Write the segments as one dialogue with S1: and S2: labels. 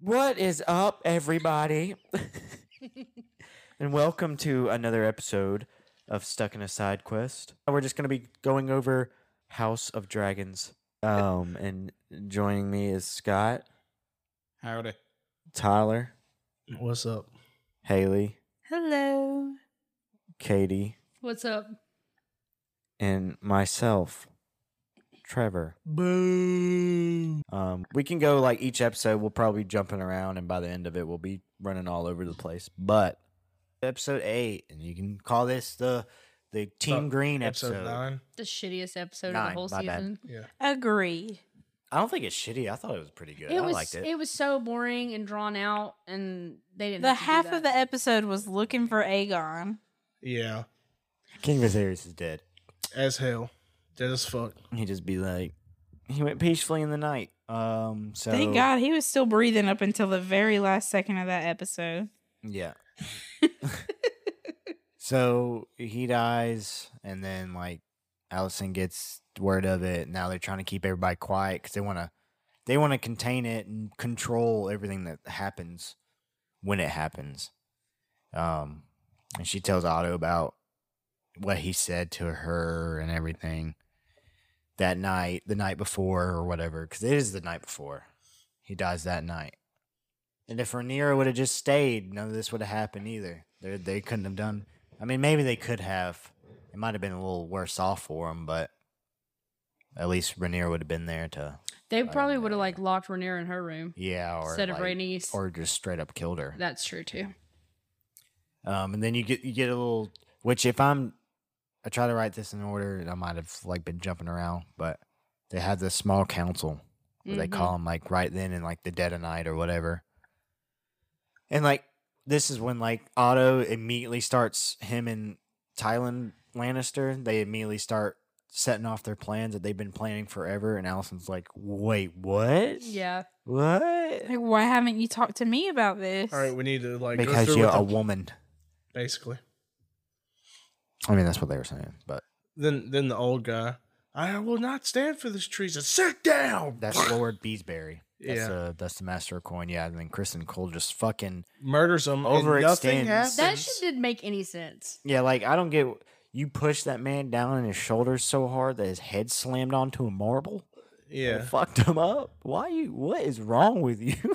S1: What is up, everybody? and welcome to another episode of Stuck in a Side Quest. We're just going to be going over House of Dragons. Um, and joining me is Scott,
S2: Howdy.
S1: Tyler,
S3: What's up?
S1: Haley,
S4: Hello.
S1: Katie,
S4: What's up?
S1: and myself, Trevor.
S3: Boo.
S1: Um, we can go like each episode. We'll probably be jumping around, and by the end of it, we'll be running all over the place. But episode eight, and you can call this the the Team
S3: Oh,
S1: Green
S3: Episode
S1: episode.
S3: nine.
S4: The shittiest episode of
S1: Nine,
S4: the whole
S1: my bad.
S4: season.
S3: Yeah.
S5: Agree.
S1: I don't think it's shitty. I thought it was pretty good.
S4: It
S1: I
S4: was
S1: liked it.
S4: it was so boring and drawn out, and they didn't.
S5: The
S4: have to do
S5: half of the
S4: that.
S5: episode was looking for Aegon.
S3: Yeah.
S1: King Viserys is dead.
S3: As hell. Dead as fuck.
S1: He just be like, he went peacefully in the night. Um, so
S5: Thank God he was still breathing up until the very last second of that episode.
S1: Yeah. so he dies, and then like Allison gets word of it. Now they're trying to keep everybody quiet because they want to they want to contain it and control everything that happens when it happens. Um, and she tells Otto about what he said to her and everything that night, the night before, or whatever, because it is the night before. He dies that night. And if Rhaenyra would have just stayed, none of this would have happened either. They they couldn't have done. I mean, maybe they could have. It might have been a little worse off for them, but at least Rhaenyra would have been there to
S4: they
S1: don't
S4: probably would
S1: know.
S4: have like locked Rhaenyra in her room
S1: yeah, or
S4: instead of
S1: like-
S4: Rhaenys.
S1: or just straight up killed her.
S4: That's true too.
S1: Um, and then you get you get a little. Which if I'm, I try to write this in order, and I might have like been jumping around, but they have this small council where they
S4: Mhm.
S1: call them like right then and like the dead of night or whatever. And like this is when like Otto immediately starts him and Tylen Lannister. They immediately start setting off their plans that they've been planning forever. And Allison's like, "Wait, what?
S4: Yeah,
S1: what?
S5: Like, why haven't you talked to me about this?
S3: All right, we need to like go
S1: because
S3: through
S1: you're
S3: with
S1: a
S3: the-
S1: woman."
S3: basically.
S1: I mean, that's what they were saying, but
S3: Then then the old guy. I will not stand for this treason. Sit down.
S1: That's Lord Beesbury. That's
S3: Yeah.
S1: the that's the master of coin. Yeah, and then Kristen Cole just fucking
S3: murders him. Over
S1: Overextends.
S3: nothing happens.
S4: that shit didn't make any sense.
S1: yeah. Like I don't get you push that man down on his shoulders so hard that his head slammed onto a marble. and
S3: yeah.
S1: fucked him up. Why you? What is wrong with you?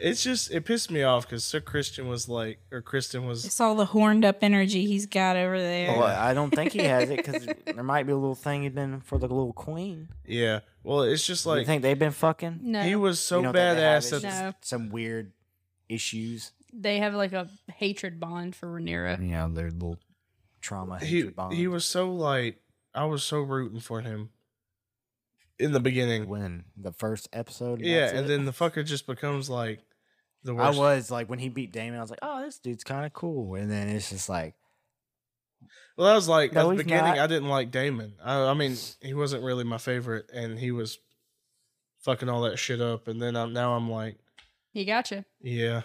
S3: It's just it pissed me off because Sir Christian was like, or Kristen was.
S5: It's all the horned up energy he's got over there.
S1: well, I don't think he has it because there might be a little thing he'd been for the little queen.
S3: Yeah. Well, it's just
S1: Like,
S3: like
S1: you think they've been fucking?
S4: No,
S3: he was so
S1: You don't think they have
S3: badass.
S1: it?
S3: That,
S4: No.
S1: Some weird issues.
S4: they have like a hatred bond for Rhaenyra.
S1: You know, their little trauma.
S3: he
S1: hatred bond.
S3: he was so like I was so rooting for him in the beginning.
S1: when the first episode.
S3: yeah,
S1: that's
S3: and
S1: it?
S3: then the fucker just becomes like the
S1: I
S3: worst.
S1: was like when he beat Damon, I was like, "Oh, this dude's kind of cool." And then it's just like,
S3: well, that was like
S1: No,
S3: at the
S1: he's
S3: beginning.
S1: not.
S3: I didn't like Damon. I, I mean, he wasn't really my favorite, and he was fucking all that shit up. And then I'm, now I'm like,
S4: You gotcha.
S3: yeah.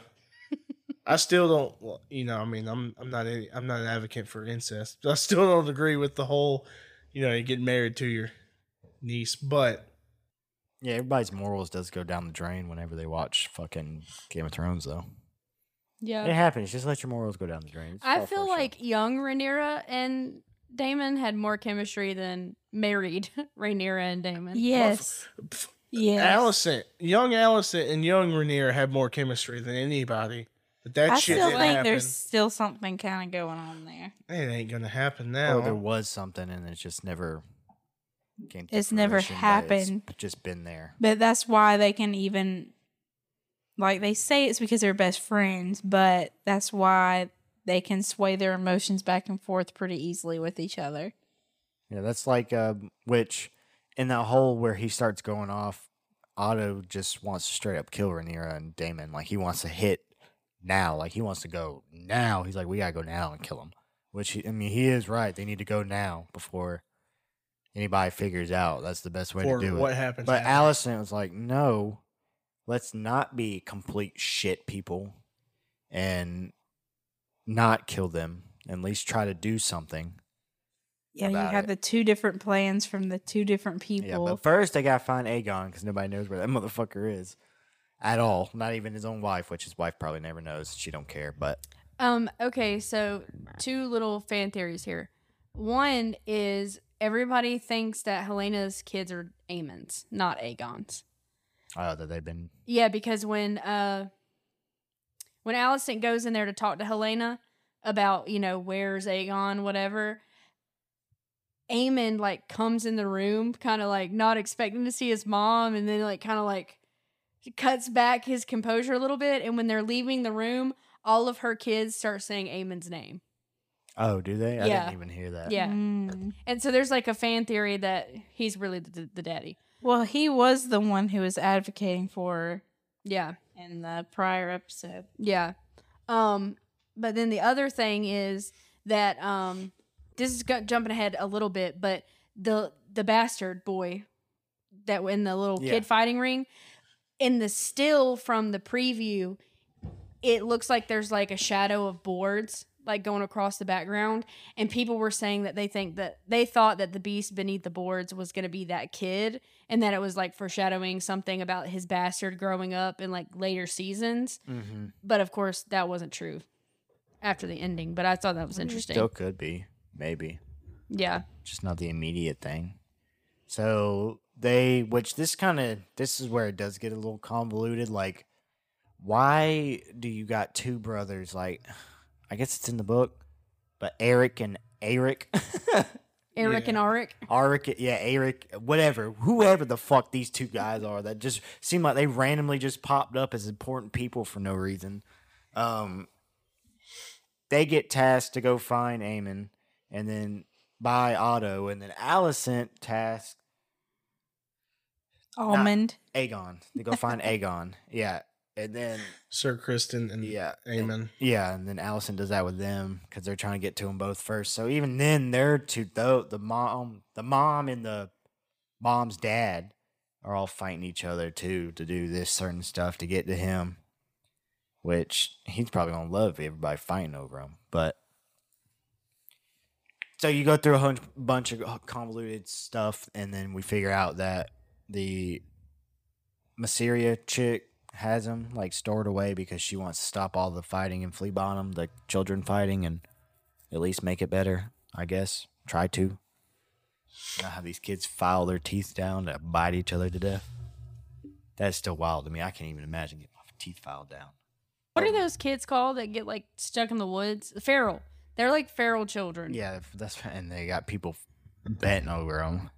S3: I still don't, well, you know. I mean, I'm I'm not any, I'm not an advocate for incest. I still don't agree with the whole, you know, you get married to your niece. But
S1: yeah, everybody's morals does go down the drain whenever they watch fucking Game of Thrones, though.
S4: Yeah,
S1: It happens. Just let your morals go down the drain. It's
S4: I
S1: all for
S4: feel
S1: show.
S4: like young Rhaenyra and Damon had more chemistry than married Rhaenyra and Damon.
S5: yes.
S3: Pff,
S5: Yes.
S3: Allison, young Allison, and young Rainier had more chemistry than anybody. But that
S5: I
S3: shit
S5: still
S3: didn't
S5: think
S3: happen.
S5: there's still something kind of going on there.
S3: It ain't gonna happen now.
S1: or Oh, there was something, and it just never came. to
S5: It's never
S1: fruition, but it's
S5: happened.
S1: just been there.
S5: But that's why they can even like they say it's because they're best friends, but that's why they can sway their emotions back and forth pretty easily with each other.
S1: Yeah, that's like uh, which in that hole where he starts going off, Otto just wants to straight up kill Rhaenyra and Damon. Like he wants to hit now. Like he wants to go now. He's like, we gotta go now and kill him. Which he, I mean, he is right. They need to go now before anybody figures out. That's the best way
S3: for
S1: to do
S3: what
S1: it.
S3: happens.
S1: But
S3: after.
S1: Allison was like, no, let's not be complete shit people and not kill them. At least try to do something.
S5: Yeah, you
S1: about
S5: had
S1: it.
S5: the two different plans from the two different people.
S1: Yeah, but first they gotta find Aegon because nobody knows where that motherfucker is. at all. Not even his own wife, which his wife probably never knows. She don't care. But
S4: Um, okay, so two little fan theories here. One is everybody thinks that Helena's kids are Aemons, not Aegon's.
S1: uh, that they've been
S4: Yeah, because when uh when Allison goes in there to talk to Helena about, you know, where's Aegon, whatever, Aemon like comes in the room kind of like not expecting to see his mom and then like kind of like cuts back his composure a little bit and when they're leaving the room, all of her kids start saying Aemon's name.
S1: Oh, do they? I
S4: Yeah.
S1: didn't even hear that.
S4: Yeah.
S5: Mm.
S4: And so there's like a fan theory that he's really the, the daddy.
S5: Well, he was the one who was advocating for her
S4: Yeah.
S5: in the prior episode.
S4: Yeah. Um, but then the other thing is that um, this is go- jumping ahead a little bit, but the the bastard boy that in the little
S1: Yeah.
S4: kid fighting ring in the still from the preview, it looks like there's like a shadow of boards like going across the background, and people were saying that they think that they thought that the beast beneath the boards was going to be that kid, and that it was like foreshadowing something about his bastard growing up in like later seasons.
S1: Mm-hmm.
S4: But of course, that wasn't true after the ending. But I thought that was interesting.
S1: Still could be, maybe,
S4: Yeah.
S1: just not the immediate thing. So they, which this kind of, this is where it does get a little convoluted. Like, why do you got two brothers? Like, I guess it's in the book, but Eric and Eric,
S4: Eric and Arik.
S1: Eric, yeah, Eric, whatever, whoever the fuck these two guys are, that just seem like they randomly just popped up as important people for no reason. Um, they get tasked to go find Eamon and then by Otto, and then Allison tasked
S5: Almond.
S1: Aegon to go find Aegon. Yeah, and then
S3: Sir Kristen and
S1: yeah,
S3: Amen.
S1: Yeah, and then Allison does that with them because they're trying to get to them both first. So even then, they're two though the mom, the mom and the mom's dad are all fighting each other too to do this certain stuff to get to him, which he's probably gonna love everybody fighting over him. But so you go through a hunch, bunch of convoluted stuff, and then we figure out that the Masseria chick has him like stored away because she wants to stop all the fighting in Flea Bottom, the children fighting, and at least make it better. I guess try to. You know how these kids file their teeth down to bite each other to death. That's still wild to me. I can't even imagine getting my teeth filed down.
S4: What are those kids called that get like stuck in the woods? Feral. They're like feral children.
S1: Yeah, that's and they got people bent over them.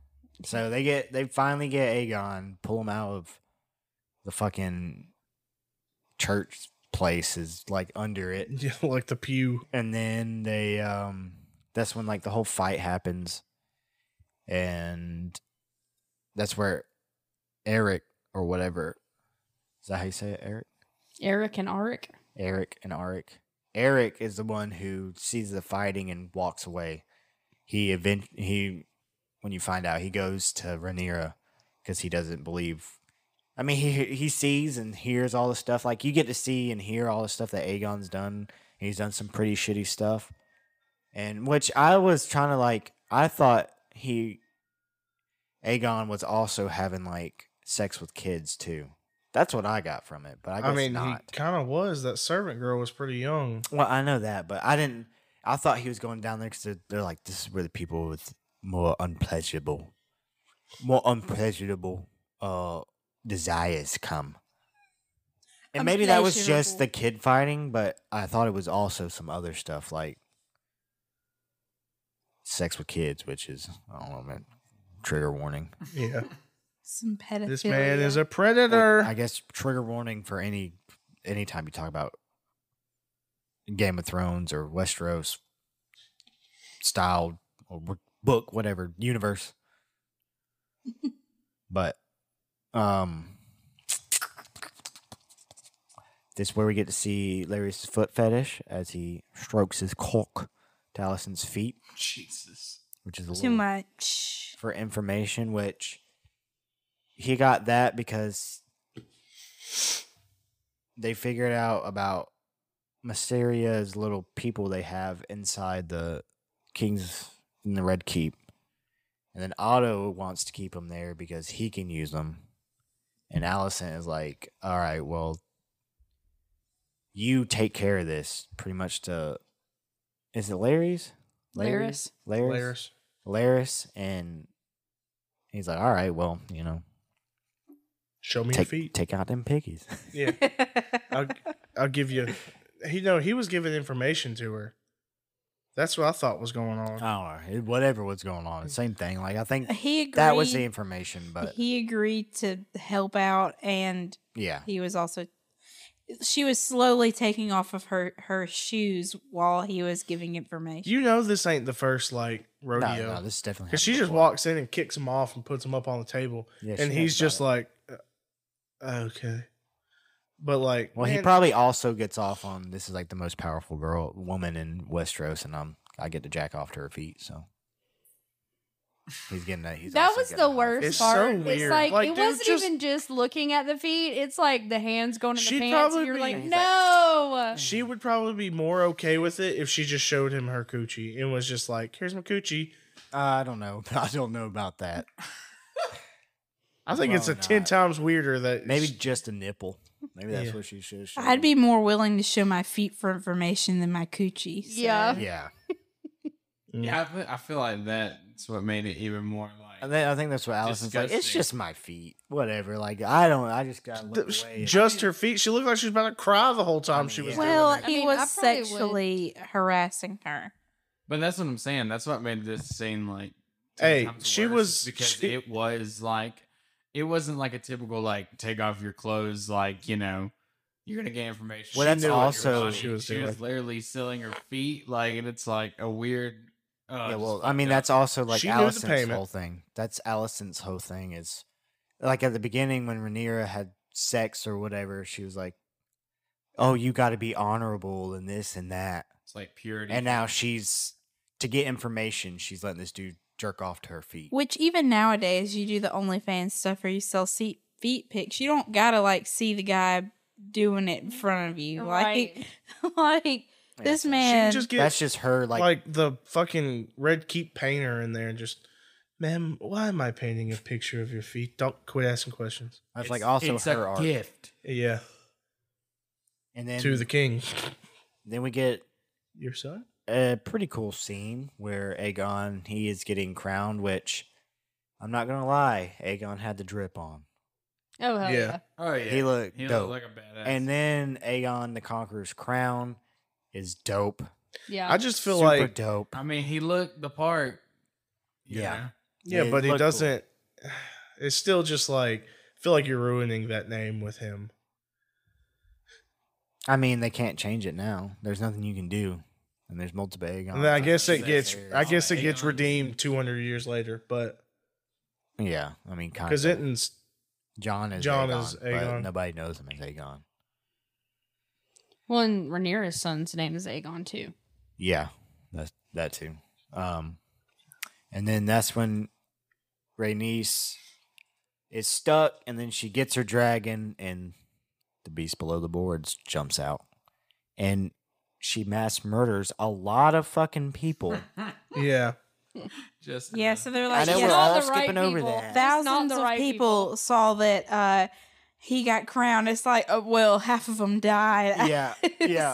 S1: So they get they finally get Aegon, pull him out of the fucking church place is like under it.
S3: like the pew.
S1: and then they um that's when like the whole fight happens and that's where eric or whatever is that how you say it eric
S4: Eric and Arik.
S1: eric and eric eric is the one who sees the fighting and walks away he event he when you find out he goes to Rhaenyra because he doesn't believe I mean, he he sees and hears all the stuff. Like you get to see and hear all the stuff that Aegon's done. He's done some pretty shitty stuff, and which I was trying to like. I thought he Aegon was also having like sex with kids too. That's what I got from it, but I
S3: I,
S1: guess
S3: mean,
S1: not.
S3: he kind of was. That servant girl was pretty young.
S1: Well, I know that, but I didn't. I thought he was going down there because they're, they're like, this is where the people with more unpleasurable, more unpleasurable uh, desires come. And maybe that was just the kid fighting, but I thought it was also some other stuff like sex with kids, which is, I don't know, man, trigger warning.
S3: Yeah,
S5: Some pedophilia.
S3: this man is a predator.
S1: Oh, I guess trigger warning for any anytime you talk about Game of Thrones or Westeros style or w- book, whatever universe. but um, this is where we get to see Larry's foot fetish as he strokes his cock to Allison's feet,
S2: Jesus.
S1: which is a
S5: too
S1: little
S5: much.
S1: for information, which he got that because they figured out about Mysteria's little people they have inside the King's in the Red Keep. And then Otto wants to keep them there because he can use them. And Allison is like, all right, well, you take care of this pretty much to. Is it Larry's?
S4: Laris.
S1: Larry's? Larry's. Laris.
S3: Layers.
S1: And he's like, all right, well, you know,
S3: Show me your
S1: take,
S3: feet.
S1: take out them piggies.
S3: Yeah, I'll, I'll give you. He no, he was giving information to her. That's what I thought was going on.
S1: I don't know. Whatever was going on. Same thing. Like, I think
S5: He agreed.
S1: that was the information, but
S5: he agreed to help out, and
S1: yeah.
S5: he was also. She was slowly taking off of her her shoes while he was giving information.
S3: you know, this ain't the first like rodeo.
S1: No, no, this is definitely.
S3: Cause she
S1: happened
S3: just
S1: before.
S3: walks in and kicks him off and puts him up on the table,
S1: Yeah,
S3: and
S1: she
S3: he's
S1: knows
S3: just
S1: about it.
S3: like, uh, okay, but like,
S1: Well, he
S3: man,
S1: probably also gets off on this is like the most powerful girl woman in Westeros, and I'm I get to jack off to her feet. So he's getting that. He's
S4: that
S1: also
S4: was
S1: getting
S4: the
S1: a high
S4: worst
S1: five.
S3: It's so
S4: part. it's
S3: weird.
S4: like,
S3: Like,
S4: it
S3: dude,
S4: wasn't
S3: just-
S4: even just looking at the feet. It's like the hands going in the
S3: She'd
S4: pants.
S3: probably
S4: You're
S3: be-
S4: like,
S1: He's like-
S4: no.
S3: she would probably be more okay with it if she just showed him her coochie and was just like, "Here's my coochie."
S1: I don't know. I don't know about that.
S3: I think it's a
S1: Probably
S3: ten
S1: not.
S3: times weirder that
S1: Maybe
S3: she-
S1: just a nipple. Maybe that's
S3: Yeah.
S1: what she should.
S5: I'd be more willing to show my feet for information than my coochie. so-
S4: Yeah.
S1: Yeah,
S2: Yeah, I, fe- I feel like that's what made it even more
S1: I
S2: like.
S1: think, I think that's what Allison's like. It's
S2: Disgusting.
S1: just my feet. Whatever. Like I don't. I just got to look
S3: Th-
S1: away.
S3: just her feet. She looked like she was about to cry the whole time
S1: mean,
S3: she was.
S1: yeah.
S5: Well,
S1: I
S5: he
S4: mean, I
S5: was
S4: probably would.
S5: sexually harassing her.
S2: But that's what I'm saying. That's what made this seem like. 10
S3: Hey,
S2: times
S3: she
S2: worse,
S3: was-
S2: is because
S3: she-
S2: it was like it wasn't like a typical like take off your clothes like you know you're gonna get information.
S1: Well,
S2: She
S1: that's
S2: knew what your
S1: also-
S2: body-
S3: She
S2: she
S3: was
S2: was,
S3: doing.
S2: literally selling her feet like and it's like a weird. Uh,
S1: Yeah,
S2: just
S1: well, I
S2: fucked
S1: mean,
S2: up.
S1: that's also like
S3: She knew the
S1: Allison's
S3: payment.
S1: whole thing. That's Allison's whole thing is like at the beginning when Rhaenyra had sex or whatever, she was like, "Oh, you got to be honorable and this and that."
S2: it's like purity.
S1: And now she's to get information. She's letting this dude jerk off to her feet.
S5: Which even nowadays, you do the OnlyFans stuff where you sell seat, feet pics. You don't gotta like see the guy doing it in front of you.
S4: Right.
S5: Like, like
S1: Yeah,
S5: this
S1: so
S5: man.
S3: She just gets
S1: That's just her. Like,
S3: like, the fucking red keep painter in there and just, ma'am, why am I painting a picture of your feet? Don't quit asking questions.
S1: that's like also
S2: it's
S1: her
S2: a
S1: art.
S2: gift.
S3: Yeah,
S1: And then
S3: to the king,
S1: then we get
S3: your son.
S1: a pretty cool scene where Aegon he is getting crowned, which I'm not gonna lie, Aegon had the drip on.
S4: Oh, hell
S3: Yeah.
S4: yeah.
S2: Oh yeah,
S1: He looked
S2: he
S1: dope.
S2: looked like a badass.
S1: And then Aeon the Conqueror's crown is dope.
S4: Yeah.
S3: I just feel
S1: Super
S3: like,
S1: dope.
S2: I mean, he looked the part. you
S1: Yeah.
S2: know?
S3: yeah,
S1: It
S3: but he
S1: looked cool.
S3: doesn't. It's still just like I feel like you're ruining that name with him.
S1: I mean, they can't change it now. There's nothing you can do. And there's multiple Aegon.
S3: And then I guess it
S2: that's
S3: gets,
S2: fair.
S3: I guess it
S2: Oh,
S3: gets
S2: Aegon.
S3: redeemed 200 years later, but
S1: Yeah, I mean, kind
S3: because
S1: of.
S3: it ins-
S1: John is
S3: John
S1: Aegon,
S3: is
S1: but
S3: Aegon.
S1: nobody knows him as Aegon.
S4: well, and Rhaenyra's son's name is Aegon, too.
S1: Yeah, that that too. Um, and then that's when Rhaenys is stuck, and then she gets her dragon, and the beast below the boards jumps out, and she mass murders a lot of fucking people.
S3: yeah,
S2: Just
S5: yeah,
S2: enough.
S5: so they're
S1: I
S5: like,
S1: know
S5: yes,
S1: we're
S4: Not
S1: all
S4: the right
S1: skipping over
S4: people.
S1: that.
S4: Just not
S5: thousands
S4: the
S5: of
S4: right
S5: people, saw that uh, he got crowned. It's like, oh, well, half of them died.
S1: yeah, yeah,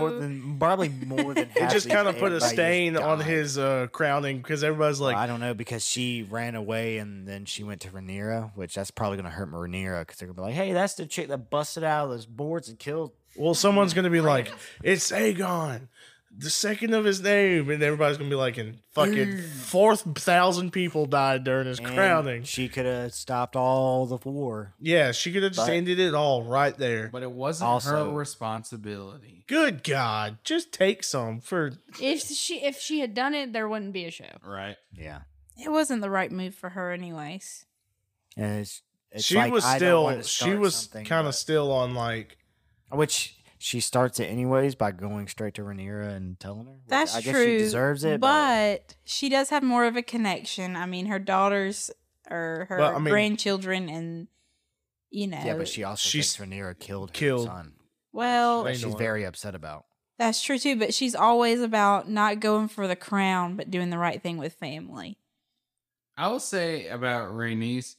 S1: more
S5: So-
S1: than probably more than.
S3: it
S1: half
S3: just
S1: these-
S3: kind of put a
S1: everybody just
S3: stain on
S1: died.
S3: his uh, crowning because everybody's like,
S1: Well, I don't know because she ran away and then she went to Rhaenyra, which that's probably gonna hurt Rhaenyra because they're gonna be like, "Hey, that's the chick that busted out of those boards and killed."
S3: Well, someone's gonna be like, "It's Aegon, the second of his name," and everybody's gonna be like, "And fucking fourth thousand people died during his
S1: and
S3: crowning."
S1: She could have stopped all the war.
S3: yeah, she could have just
S1: But-
S3: ended it all right there.
S2: But it wasn't
S1: Also-
S2: her responsibility.
S3: Good God, just take some for
S4: If she if she had done it, there wouldn't be a show.
S2: Right.
S1: Yeah,
S5: It wasn't the right move for her, anyways.
S1: and it's, it's
S3: she
S1: like,
S3: was
S1: I don't
S3: still
S1: wanna
S3: she
S1: start
S3: was
S1: something,
S3: kind of still on like
S1: but- which she starts it anyways by going straight to Rhaenyra and telling her. which
S5: That's
S1: I guess
S5: true.
S1: She deserves it, but,
S5: but she does have more of a connection. I mean, her daughters or her
S3: Well, I mean-
S5: grandchildren, and you know,
S1: yeah, but she also
S3: she's
S1: thinks Rhaenyra killed her
S3: killed-
S1: son.
S5: well,
S1: That
S3: Rhaenyra.
S1: she's very upset about.
S5: that's true too. But she's always about not going for the crown, but doing the right thing with family.
S2: I will say about Rhaenys,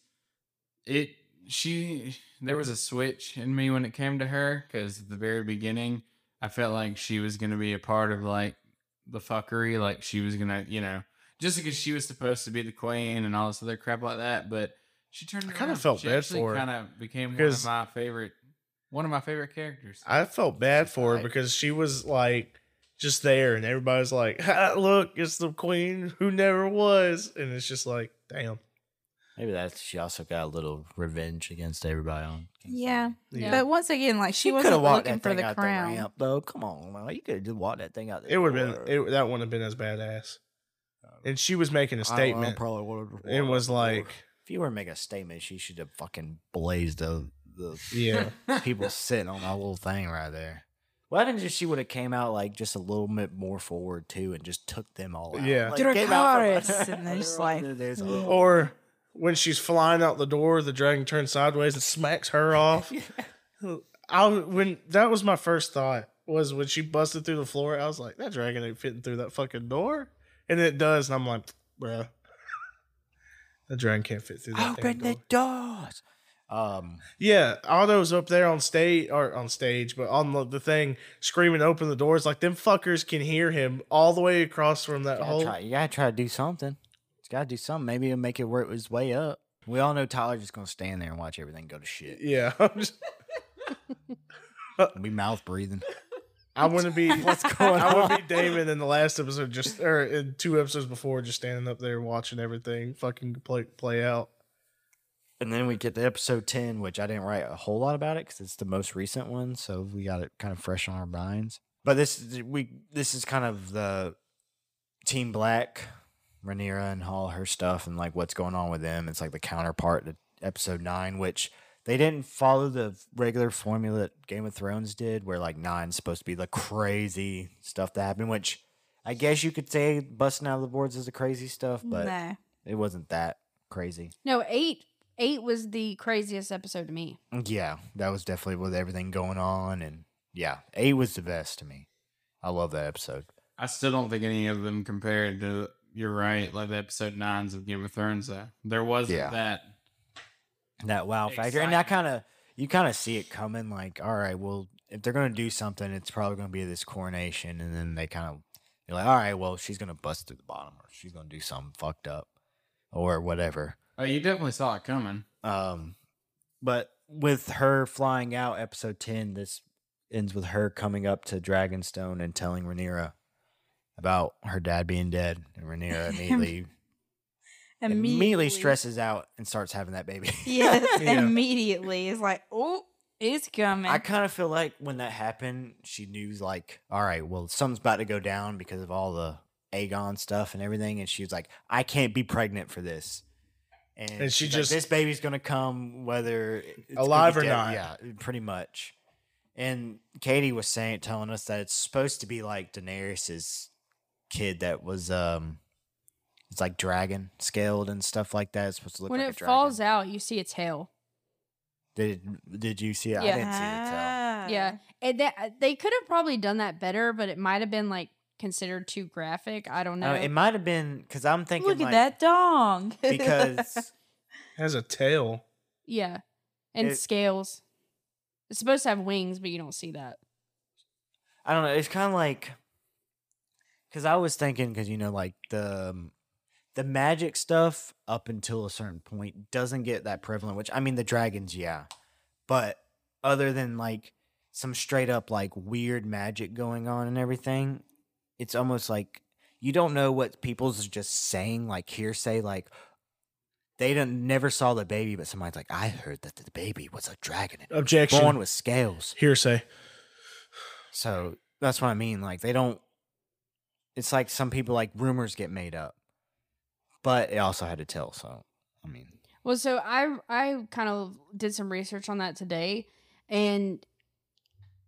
S2: it she there was a switch in me when it came to her because at the very beginning i felt like she was going to be a part of like the fuckery like she was going to you know just because she was supposed to be the queen and all this other crap like that but she turned
S3: I kinda felt bad for her
S2: kind of became one of
S3: because-
S2: my favorite one of my favorite characters
S3: I felt bad for her
S1: Right.
S3: because she was like just there, and everybody's like, "Ha, "Look, it's the queen who never was," and it's just like, "Damn."
S1: Maybe that's she also got a little revenge against everybody on. King's
S5: Yeah.
S1: Landing.
S4: Yeah.
S5: But once again, like she
S1: You
S5: wasn't
S1: coulda walked
S5: looking
S1: that
S5: for
S1: thing
S5: the
S1: out
S5: crown.
S1: ramp, though. Come on, man. you could have just walked that thing out. the
S3: It would have been
S1: door.
S3: it, that wouldn't have been as badass. And she was making
S1: I
S3: a
S1: don't know,
S3: statement.
S1: probably would've
S3: It
S1: walked
S3: was
S1: out the door.
S3: like,
S1: if you were to make a statement, she should have fucking blazed the the
S3: yeah,
S1: people sitting on that little thing right there. Well, I didn't just she would have came out like just a little bit more forward too, and just took them all out.
S3: Yeah.
S1: like,
S5: Did her
S1: came out from-
S5: chorus, and they're just like,
S1: There's- oh,
S3: or when she's flying out the door, the dragon turns sideways and smacks her off. I when that was my first thought was when she busted through the floor. I was like, that dragon ain't fitting through that fucking door, and it does. And I'm like, bruh, the dragon can't fit through that damn
S1: Open
S3: door.
S1: the doors. Um,
S3: Yeah, Otto's up there on stage or on stage, but on the, the thing screaming, "Open the doors!" Like them fuckers can hear him all the way across from that
S1: you gotta,
S3: whole.
S1: try, you gotta try to do something. It's gotta do something. Maybe it'll make it work his way up. We all know Tyler's just gonna stand there and watch everything go to shit.
S3: Yeah, I'm just,
S1: We mouth breathing.
S3: I wouldn't be.
S1: What's going
S3: I
S1: on?
S3: would be Damon in the last episode, just or in two episodes before, just standing up there watching everything fucking play play out.
S1: And then we get to episode 10, which I didn't write a whole lot about it because it's the most recent one. So we got it kind of fresh on our minds. But this is- we this is kind of the Team Black, Rhaenyra and all her stuff and like what's going on with them. It's like the counterpart to episode 9, which they didn't follow the regular formula that Game of Thrones did, where like nine's supposed to be the crazy stuff that happened, which I guess you could say busting out of the boards is the crazy stuff, but
S5: no.
S1: it wasn't that crazy.
S4: No, eight eight was the craziest episode to me.
S1: Yeah, that was definitely with everything going on, and yeah, eight was the best to me. I love that episode.
S2: i still don't think any of them compared to you're right like the episode nines of game of thrones though there wasn't
S1: Yeah.
S2: that
S1: That wow factor, and that kind of you kind of see it coming. Like, all right, well, if they're gonna do something, it's probably gonna be this coronation, and then they kind of you're like, all right, well, she's gonna bust through the bottom, or she's gonna do something fucked up, or whatever.
S2: oh you definitely saw it coming
S1: Um, but with her flying out, episode ten, this ends with her coming up to Dragonstone and telling Rhaenyra about her dad being dead, and Rhaenyra immediately immediately, stresses out and starts having that baby.
S5: Yes,
S3: Yeah.
S5: immediately. It's like, oh, it's coming.
S1: I kind of feel like when that happened, she knew like, all right, well, something's about to go down because of all the Aegon stuff and everything, and she was like, I can't be pregnant for this. And,
S3: And she
S1: she's like,
S3: just-
S1: this baby's gonna come whether it's gonna be
S3: Alive or
S1: dead-
S3: not.
S1: Yeah, pretty much. And Katie was saying, telling us that it's supposed to be like Daenerys's kid that was, um, it's like dragon scaled and stuff like that. It's supposed to look
S4: when
S1: like
S4: it
S1: a dragon.
S4: falls out, you see its tail.
S1: Did did you see it? I
S4: Yeah.
S1: didn't see it. So.
S5: Ah.
S4: Yeah, and that, they could have probably done that better, but it might have been like considered too graphic. I don't know.
S1: Uh, it might have been because I'm thinking
S5: Look at
S1: like,
S5: that dong.
S1: because
S3: Has a tail.
S4: yeah, and
S1: it-
S4: scales. It's supposed to have wings, but you don't see that.
S1: I don't know. It's kind of like because I was thinking because you know like the um, the magic stuff up until a certain point doesn't get that prevalent. Which I mean the dragons, yeah, but other than like some straight up like weird magic going on and everything, it's almost like you don't know what people's just saying like hearsay like. They didn't never saw the baby, but somebody's like, "I heard that the baby was a dragon and
S3: Objection.
S1: born with scales."
S3: Hearsay.
S1: So that's what I mean. Like they don't. It's like some people like rumors get made up, but it also had to tell. So I mean,
S4: Well, so I I kind of did some research on that today, and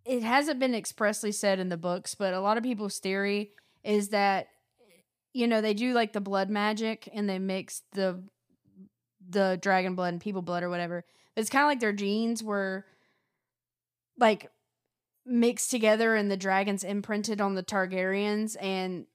S4: it hasn't been expressly said in the books, but a lot of people's theory is that you know they do like the blood magic and they mix the the dragon blood and people blood or whatever. It's kind of like their genes were like mixed together and the dragons imprinted on the Targaryens and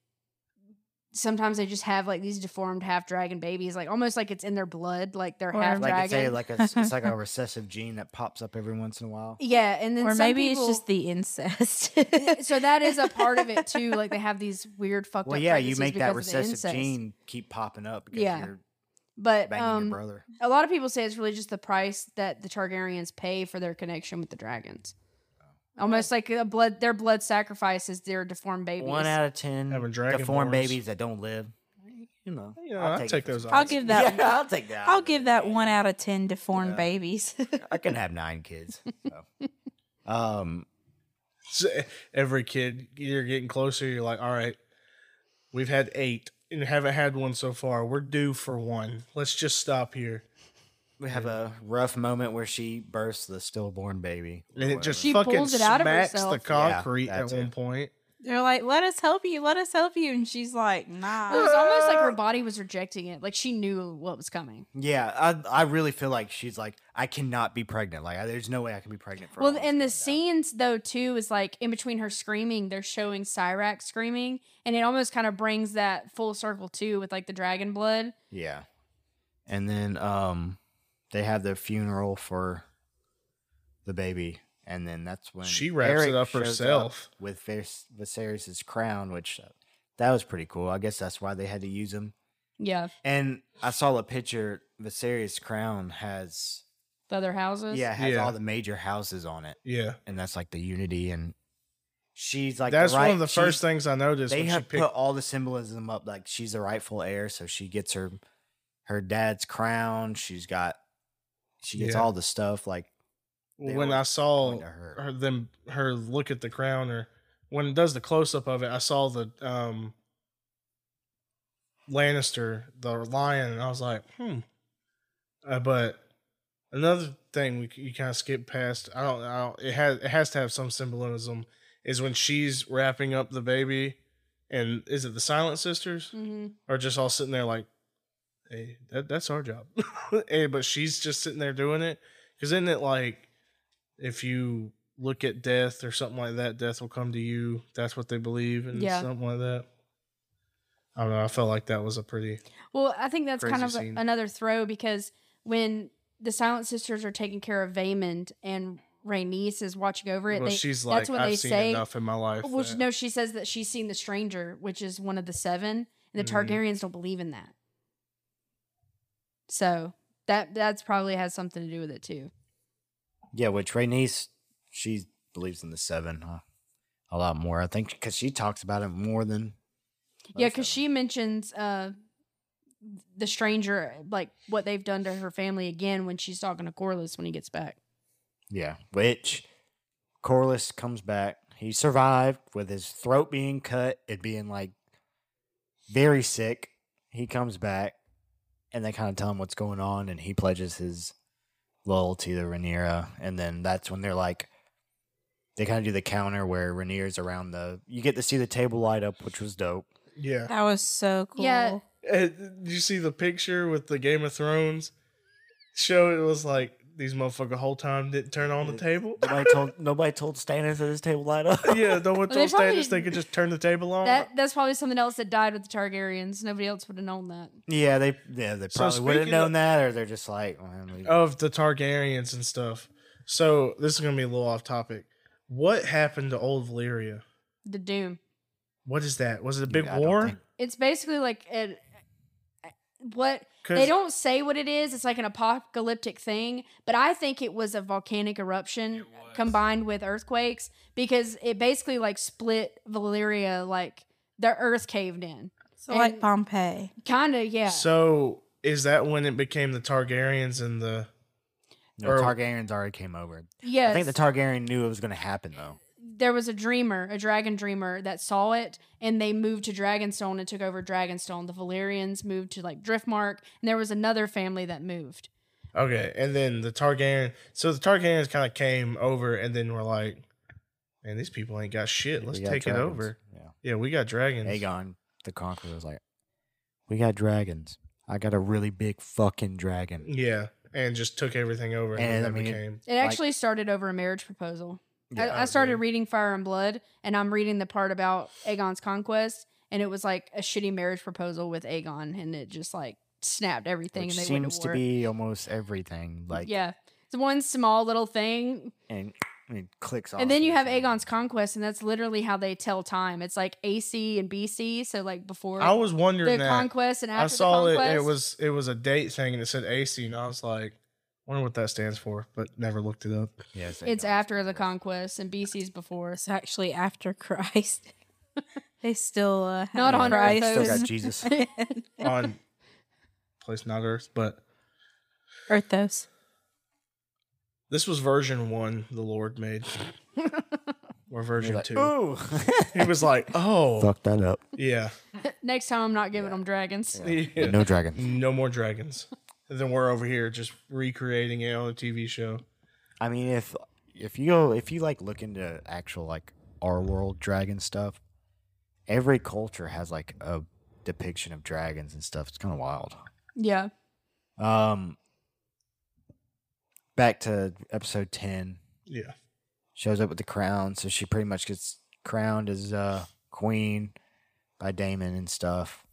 S4: sometimes they just have like these deformed half dragon babies, like almost like it's in their blood, like they're
S5: Or
S4: half
S1: Like
S4: dragon.
S1: it's a like a s- it's like a recessive gene that pops up every once in a while.
S4: yeah, and then
S5: or
S4: some
S5: maybe
S4: people-
S5: it's just the incest.
S4: so that is a part of it too. Like they have these weird fucked
S1: Well,
S4: up.
S1: yeah, you
S4: pregnancies
S1: make
S4: because of
S1: that
S4: the
S1: recessive
S4: incest.
S1: gene keep popping up because
S4: Yeah.
S1: you're
S4: But
S1: banging
S4: um,
S1: your brother.
S4: a lot of people say it's really just the price that the Targaryens pay for their connection with the dragons.
S1: Oh.
S4: Almost like a blood, their blood sacrifices their deformed babies.
S1: One out of ten
S3: Having
S1: deformed
S3: dragonborns.
S1: babies that don't live. You know,
S3: You know, I'll
S1: it
S3: take
S1: for
S3: those
S1: some-
S3: odds.
S5: I'll give that.
S1: Yeah, I'll take that.
S5: I'll give that
S1: Yeah.
S5: one out of ten deformed
S1: Yeah.
S5: babies.
S1: I can have nine kids. So. um,
S3: So, every kid, you're getting closer. You're like, all right, we've had eight and haven't had one so far. We're due for one. Let's just stop here.
S1: we have a rough moment where she births the stillborn baby. or
S3: And it
S1: whatever.
S3: just
S4: She
S3: fucking
S4: pulls it out of
S3: smacks the
S4: herself.
S1: Yeah,
S3: concrete at
S1: that too.
S3: one point.
S5: They're like, "Let us help you. Let us help you," and she's like,
S4: Well, it
S5: "Nah."
S4: was almost like her body was rejecting it. Like she knew what was coming.
S1: yeah. I I really feel like she's like I cannot be pregnant. Like I, there's no way I can be pregnant for.
S4: Well,
S1: all
S4: and the
S1: this going down.
S4: scenes though too is like in between her screaming, they're showing Cyrax screaming, and it almost kind of brings that full circle too with like the dragon blood.
S1: Yeah, and then um, they have their funeral for the baby, and then that's when
S3: She wraps it up
S1: shows
S3: herself.
S1: with Vis- Viserys's crown, which uh, that was pretty cool. I guess that's why they had to use him.
S4: Yeah,
S1: And I saw a picture. Viserys' crown has
S4: the other houses.
S1: yeah has
S3: Yeah.
S1: all the major houses on it,
S3: Yeah.
S1: and that's like the unity. And she's like the
S3: That's
S1: right-
S3: one of the
S1: she's-
S3: first things I noticed
S1: They
S3: when she
S1: have
S3: picked
S1: put all the symbolism up. Like she's the rightful heir, so she gets her her dad's crown. She's got she gets
S3: Yeah.
S1: all the stuff. Like they
S3: when
S1: always
S3: I saw
S1: point to her.
S3: her them her look at the crown or when it does the close up of it, I saw the um Lannister, the lion, and I was like, hmm. Uh, but another thing we c- you kind of skip past, I don't, I don't, it has it has to have some symbolism, is when she's wrapping up the baby, and is it the Silent Sisters?
S4: hmm
S3: are just all sitting there like, hey, that, that's our job. hey, but she's just sitting there doing it. Because isn't it like if you look at death or something like that, death will come to you? That's what they believe and
S4: Yeah.
S3: something like that. I don't know. I felt like that was a pretty.
S4: Well, I think that's kind
S3: Crazy
S4: of a-
S3: scene.
S4: another throw because when the Silent Sisters are taking care of Vaymond and Rhaenys is watching over it,
S3: well,
S4: they,
S3: she's
S4: that's
S3: like,
S4: what they
S3: I've seen
S4: say.
S3: enough in my life.
S4: Which
S3: that-
S4: no, she says that she's seen the Stranger, which is one of the seven, and the
S3: Mhm.
S4: Targaryens don't believe in that. So that that's probably has something to do with it too.
S1: yeah, which Rhaenys she believes in the seven huh? a lot more. I think because she talks about it more than
S4: yeah,
S1: most
S4: because
S1: of
S4: she mentions uh the Stranger, like what they've done to her family again when she's talking to Corliss when he gets back.
S1: Yeah, which Corliss comes back. He survived with his throat being cut and being like very sick. He comes back and they kind of tell him what's going on and he pledges his loyalty to Rhaenyra. And then that's when they're like, they kind of do the counter where Rhaenyra's around the. You get to see the table light up, which was dope.
S3: Yeah.
S5: That was so cool.
S4: Yeah.
S3: Uh, Did you see the picture with the Game of Thrones show? It was like, these motherfucker whole time didn't turn on the table.
S1: Nobody told nobody told Stannis that his table light up.
S3: yeah, no one
S4: They
S3: told
S4: probably
S3: Stannis they could just turn the table on.
S4: That that's probably something else that died with the Targaryens. Nobody else would have known that.
S1: yeah, they yeah they
S3: So
S1: probably would have
S3: speaking of- Oh,
S1: known that, or they're just like, well, we-
S3: of the Targaryens and stuff. So this is gonna be a little off topic. What happened to old Valyria?
S4: The Doom.
S3: What is that? Was it a big
S1: I don't
S3: war?
S1: think-
S4: It's basically like a, what
S3: 'Cause-
S4: they don't say what it is. It's like an apocalyptic thing, but I think it was a volcanic eruption combined with earthquakes because it basically like split Valeria like the earth caved in.
S5: So like
S4: And-
S5: Pompeii.
S4: Kind of, yeah.
S3: So is that when it became the Targaryens and the?
S1: no,
S3: or-
S1: Targaryens already came over.
S4: yes.
S1: I think the Targaryen knew it was going to happen, though.
S4: there was a dreamer, a dragon dreamer that saw it, and they moved to Dragonstone and took over Dragonstone. The Valerians moved to like Driftmark, and there was another family that moved.
S3: Okay, and then the Targaryen. So the Targaryens kind of came over, and then were like, "Man, these people ain't got shit. Let's
S1: We got
S3: take it
S1: dragons.
S3: over."
S1: Yeah.
S3: Yeah, we got dragons.
S1: Aegon the Conqueror was like, "We got dragons. I got a really big fucking dragon."
S3: Yeah, and just took everything over,
S1: And,
S3: and,
S1: I
S3: then
S1: mean, it-
S3: became.
S4: It
S1: Like-
S4: actually started over a marriage proposal.
S3: Yeah,
S4: I, I started
S3: okay.
S4: reading Fire and Blood, and I'm reading the part about Aegon's conquest, and it was like a shitty marriage proposal with Aegon, and it just like snapped everything.
S1: Which
S4: and they went
S1: seems
S4: to,
S1: to
S4: war.
S1: be almost everything. Like
S4: yeah, it's one small little thing,
S1: and it clicks off.
S4: and then you
S1: of
S4: have
S1: each
S4: Aegon's
S1: other.
S4: conquest, and that's literally how they tell time. It's like AC and BC, so like before
S3: I was
S4: the
S3: wondering that.
S4: conquest and after
S3: I saw
S4: the
S3: it.
S4: conquest.
S3: It was it was a date thing, and it said AC, and I was like, wonder what that stands for, but never looked it up.
S1: Yeah, it's,
S4: it's
S1: Aegon's
S4: after the
S1: conquest.
S4: conquest, and BC's before.
S5: It's actually after Christ. they still uh, have
S4: Not on
S5: Christ.
S4: Earth,
S1: Still
S4: those-
S1: got Jesus.
S3: On place not Earth, but
S5: Earthos.
S3: this was version one. The Lord made, or
S1: You're
S3: version
S1: like,
S3: two.
S1: Ooh,
S3: He was like, oh,
S1: fuck that up.
S3: yeah,
S4: Next time, I'm not giving them dragons.
S3: Yeah.
S1: No dragon.
S3: no more dragons. And then we're over here just recreating it on a TV show.
S1: I mean, if if you go if you like look into actual like our world dragon stuff, every culture has like a depiction of dragons and stuff. It's kind of wild.
S4: Yeah.
S1: Um, back to episode ten.
S3: Yeah,
S1: Shows up with the crown, so she pretty much gets crowned as uh queen by Damon and stuff.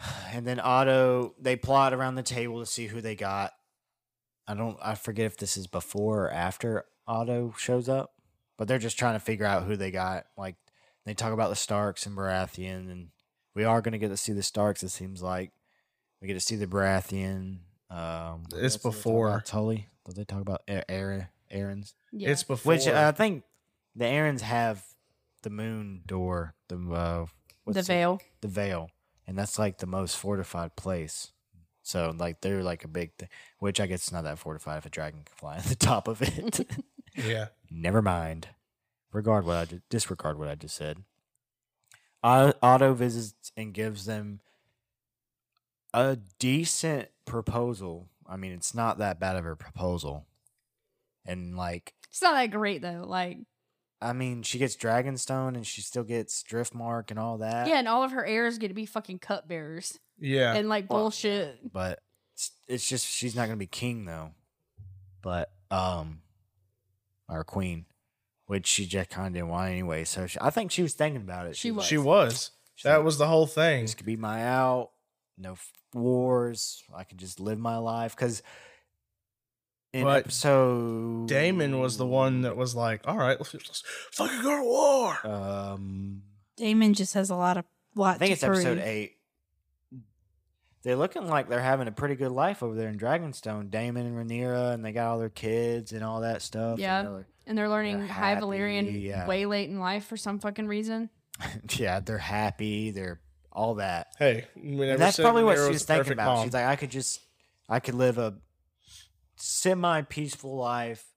S1: And then Otto, they plot around the table to see who they got. I don't, I forget if this is before or after Otto shows up, but they're just trying to figure out who they got. Like they talk about the Starks and Baratheon, and we are going to get to see the Starks. It seems like we get to see the Baratheon. Um, what
S3: It's
S1: else did they talk
S3: before.
S1: about? Tully. Did they talk about Aaron? Aaron's?
S4: Yeah.
S3: it's before.
S1: Which uh, I think the Aarons have the moon door, the uh, what's
S4: the
S1: it-
S4: veil.
S1: the veil, and that's like the most fortified place. So like they're like a big thing, which I guess it's not that fortified if a dragon can fly on the top of it.
S3: yeah,
S1: Never mind. Regard what I ju- disregard what I just said. O- Otto visits and gives them a decent proposal. I mean, it's not that bad of a proposal, and like
S4: It's not that great though. Like,
S1: I mean, she gets Dragonstone and she still gets Driftmark and all that.
S4: yeah, and all of her heirs get to be fucking cupbearers
S3: yeah.
S4: and like bullshit.
S1: But it's, it's just she's not gonna be king though. But um, or queen, which she just kind of didn't want anyway. So she, I think she was thinking about it.
S4: She was.
S3: she was.
S1: she's
S3: That
S1: like,
S3: was the whole thing.
S1: This could be my out. No f- wars. I could just live my life because. In
S3: But
S1: episode
S3: Damon was the one that was like, "All right, let's, let's fucking go to war."
S1: Um,
S5: Damon just has a lot of lot
S1: I think
S5: to
S1: it's episode
S5: prove.
S1: eight. They're looking like they're having a pretty good life over there in Dragonstone. Damon and Rhaenyra, and they got all their kids and all that stuff. and
S4: Yeah.
S1: they're-
S4: And they're learning High Valyrian
S1: happy, yeah.
S4: way late in life for some fucking reason.
S1: yeah, they're happy. They're all that.
S3: Hey, we never
S1: And that's
S3: said
S1: probably what
S3: Daenerys
S1: she was
S3: was
S1: thinking
S3: perfect
S1: about.
S3: mom.
S1: She's like, I could just, I could live a semi peaceful life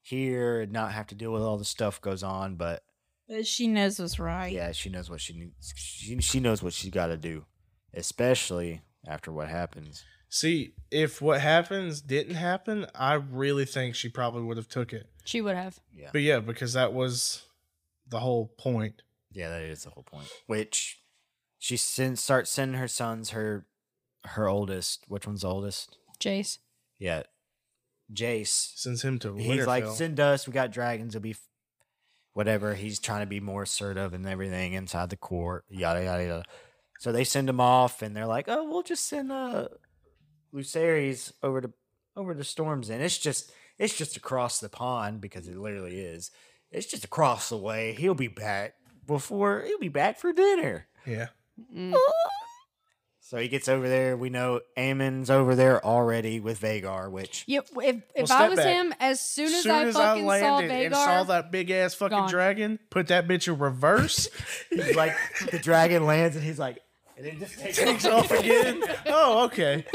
S1: here and not have to deal with all the stuff goes on. But
S5: But she knows what's right.
S1: yeah, she knows what she needs. She, she knows what she's got to do, especially after what happens.
S3: See, if what happens didn't happen, I really think she probably would have took it.
S4: She would have.
S1: Yeah.
S3: But yeah, because that was the whole point.
S1: Yeah, that is the whole point. Which she send, starts sending her sons her her oldest. Which one's the oldest?
S4: Jace.
S1: Yeah, Jace.
S3: Sends him to
S1: He's
S3: Winterfell.
S1: like, send us. We got dragons. It'll be f- whatever. He's trying to be more assertive and everything inside the court. Yada yada yada. So they send him off, and they're like, "Oh, we'll just send uh Luceres over to over to Storms." And it's just it's just across the pond because it literally is. It's just across the way. He'll be back before he'll be back for dinner.
S3: yeah,
S4: Mm.
S1: So he gets over there. We know Amon's over there already with Vagar, which
S4: Yeah, w- if if I
S3: step
S4: was
S3: back.
S4: him, as soon as I fucking saw Vagar,
S3: and saw that big ass fucking
S4: gone.
S3: dragon, put that bitch in reverse.
S1: he's like the dragon lands and he's like, and it just takes
S3: takes off again. Oh, okay.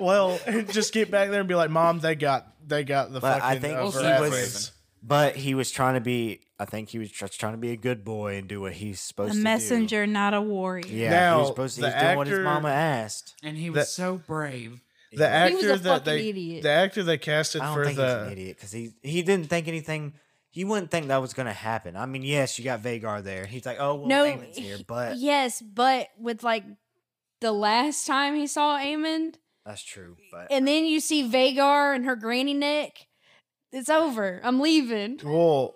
S3: Well, just get back there and be like, Mom, they got they got the
S1: But I
S3: fucking.
S1: think
S3: uh,
S1: he
S3: Baratheons."
S1: was, but he was trying to be. I think he was just trying to be a good boy and do what he's supposed
S5: A
S1: to do.
S5: messenger, not a warrior.
S1: Yeah, he
S3: Now,
S1: was supposed to.
S3: the
S1: He's doing what his
S3: actor-
S1: mama asked.
S2: And he was
S3: That-
S2: so brave.
S3: the
S1: I
S4: He was
S3: actor
S4: a
S3: that
S4: fucking
S3: they
S4: idiot.
S3: the actor they casted
S1: don't
S3: for
S1: think he's an
S3: the
S1: idiot because he he didn't think anything. You wouldn't think that was going to happen. I mean, yes, you got Vagar there. He's like, oh, well,
S4: no,
S1: Amon's here,
S4: he-
S1: but
S4: yes, but with like the last time he saw Amon,
S1: that's true. But
S4: and then you see Vagar and her granny neck, it's over. I'm leaving.
S3: well,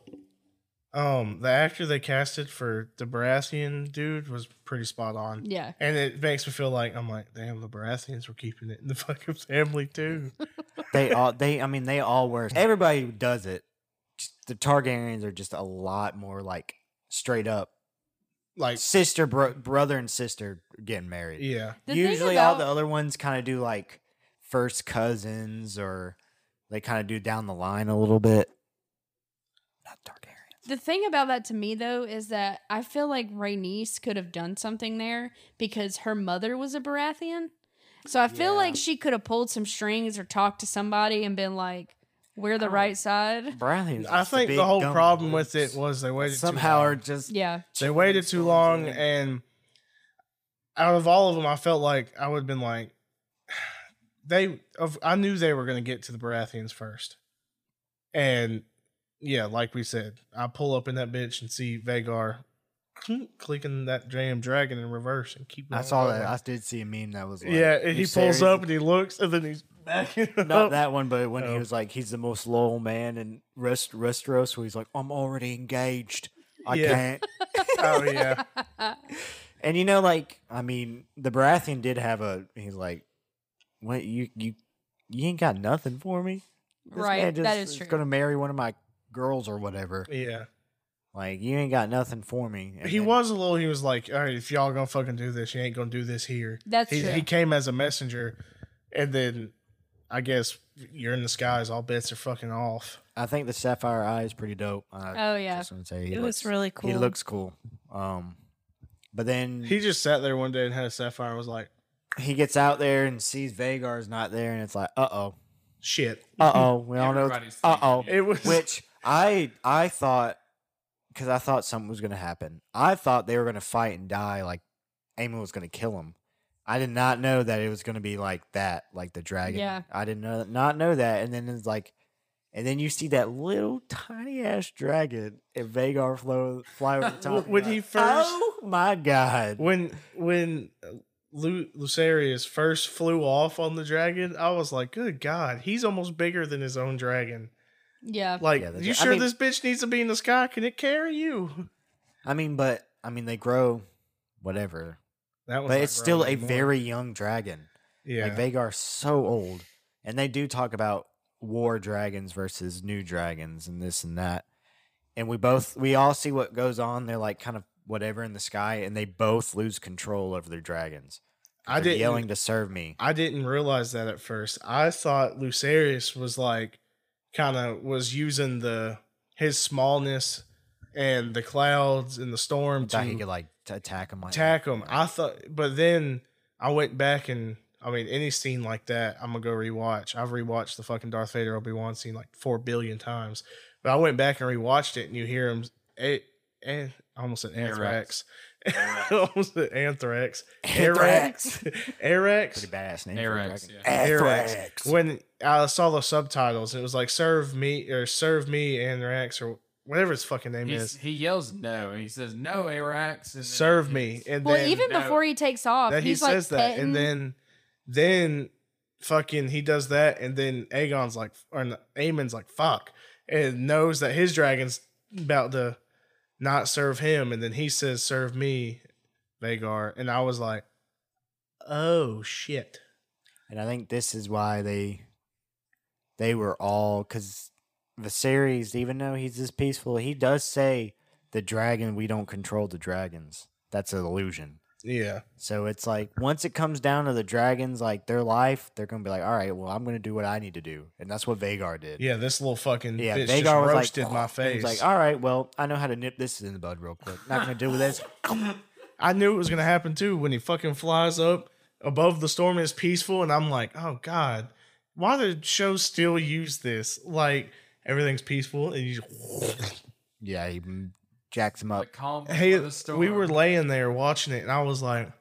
S3: Um, the actor they casted for the Baratheon dude was pretty spot on.
S4: Yeah.
S3: And it makes me feel like I'm like, damn, the Baratheons were keeping it in the fucking family too.
S1: They all they I mean they all were. Everybody does it. Just the Targaryens are just a lot more like straight up
S3: Like,
S1: sister bro- brother and sister getting married.
S3: yeah,
S4: The thing
S1: Usually all the
S4: about-
S1: other ones kind of do like first cousins or they kind of do down the line a little bit. Not Targaryens.
S4: The thing about that to me though is that I feel like Rhaenys could have done something there because her mother was a Baratheon. So I feel
S1: Yeah.
S4: like she could have pulled some strings or talked to somebody and been like, "We're the
S5: Oh.
S4: right side."
S1: Baratheons.
S3: I
S1: just
S3: think
S1: big,
S3: the whole
S1: dumb
S3: problem with it
S1: brutes
S3: was they waited
S1: somehow
S3: too
S1: are
S3: long.
S1: just
S4: Yeah,
S3: they waited too long, and out of all of them, I felt like I would have been like, they. Of, I knew they were going to get to the Baratheons first, and yeah, like we said, I pull up in that bitch and see Vagar clicking that damn dragon in reverse and keep.
S1: I
S3: going
S1: saw that.
S3: over.
S1: I did see a meme that was like,
S3: yeah, and he
S1: "You
S3: pulls
S1: serious?"
S3: up and he looks, and then he's backing
S1: Not
S3: up.
S1: that one, but when he
S3: Oh.
S1: was like, he's the most loyal man in Rest Westeros. Where he's like, I'm already engaged. I
S3: Yeah.
S1: can't.
S3: oh yeah,
S1: And you know, like, I mean, the Baratheon did have a. He's like, what you you you ain't got nothing for me. This
S4: right.
S1: man
S4: That
S1: just
S4: is true.
S1: Going to marry one of my girls or whatever.
S3: yeah.
S1: Like, you ain't got nothing for me. And
S3: He
S1: then-
S3: was a little. He was like, "All right, if y'all gonna fucking do this, you ain't gonna do this here."
S4: That's
S3: He,
S4: true.
S3: he came as a messenger, and then I guess you're in the skies. All bets are fucking off.
S1: I think the Sapphire Eye is pretty dope. I
S4: oh yeah.
S1: just want to say he
S5: It
S1: looks
S5: was really cool.
S1: He looks cool. Um, but then
S3: He just sat there one day and had a sapphire. and Was like,
S1: he gets out there and sees Vagar's not there, and it's like, uh oh,
S3: "Shit!"
S1: uh oh, we all know,
S2: Everybody's
S1: uh oh.
S2: thinking
S3: It was
S1: Which I I thought, because I thought something was gonna happen. I thought they were gonna fight and die, like Aemon was gonna kill him. I did not know that it was gonna be like that, like the dragon.
S4: Yeah.
S1: I didn't know not know that, and then it's like. And then you see that little tiny ass dragon and Vagar flow, fly over the top.
S3: when
S1: You're
S3: he
S1: like,
S3: first-
S1: oh my god!
S3: when when Lu- Lucerius first flew off on the dragon, I was like, "Good God, he's almost bigger than his own dragon."
S4: Yeah.
S3: Like,
S1: Yeah, the
S3: you
S1: dra- I
S3: sure
S1: mean-
S3: this bitch needs to be in the sky? Can it carry you?
S1: I mean, but I mean, they grow, whatever.
S3: That was.
S1: but
S3: not
S1: it's still
S3: growing
S1: a
S3: anymore.
S1: very young dragon.
S3: yeah.
S1: Like Vagar's so old, and they do talk about war dragons versus new dragons and this and that. And we both we all see what goes on. They're like kind of whatever in the sky, and they both lose control over their dragons.
S3: I
S1: They're
S3: didn't
S1: yelling to serve me.
S3: I didn't realize that at first. I thought Lucerius was like kind of was using the his smallness and the clouds and the storm
S1: Thought he
S3: to
S1: could like t- attack him. Like
S3: attack him. I thought, but then I went back and I mean, any scene like that, I'm gonna go rewatch. I've rewatched the fucking Darth Vader Obi Wan scene like four billion times, but I went back and rewatched it, and you hear him. It, and I almost an anthrax.
S2: Anthrax.
S3: almost an anthrax.
S1: Anthrax.
S3: Arax.
S1: pretty badass name.
S2: Arax,
S1: for a dragon.
S2: yeah.
S3: Arax.
S1: Arax.
S3: When I saw the subtitles, it was like "Serve me" or "Serve me Anthrax" or whatever his fucking name
S2: He's-
S3: is.
S2: He yells no, and he says no, Arax. And then
S3: Serve
S2: it's-
S3: me, and
S4: Well,
S3: then
S4: even
S2: no.
S4: before he takes off,
S3: that he
S4: he's
S3: says
S4: like
S3: that,
S4: petting-
S3: and then then fucking he does that, and then Aegon's like, or no, Aemon's like, "Fuck," and knows that his dragon's about to not serve him, and then he says, "Serve me, Vagar," and I was like, "Oh shit."
S1: And I think this is why they they were all because Viserys, even though he's this peaceful, he does say the dragon we don't control the dragons. That's an illusion.
S3: Yeah,
S1: So it's like once it comes down to the dragons, like their life, they're gonna be like, all right, well, I'm gonna do what I need to do, and that's what Vagar did.
S3: yeah. This little fucking
S1: Yeah,
S3: bitch just
S1: Vagar was
S3: roasted
S1: like,
S3: my
S1: and
S3: face.
S1: He's like, all right, well, I know how to nip this in the bud real quick. Not gonna deal with this.
S3: I knew it was gonna happen too when he fucking flies up above the storm and it's peaceful, and I'm like, oh god, why do shows still use this? Like everything's peaceful, and you. Just
S1: Yeah, he jacks him
S2: The
S1: up.
S2: calm
S3: hey,
S2: before the storm.
S3: we were laying there watching it, and I was like,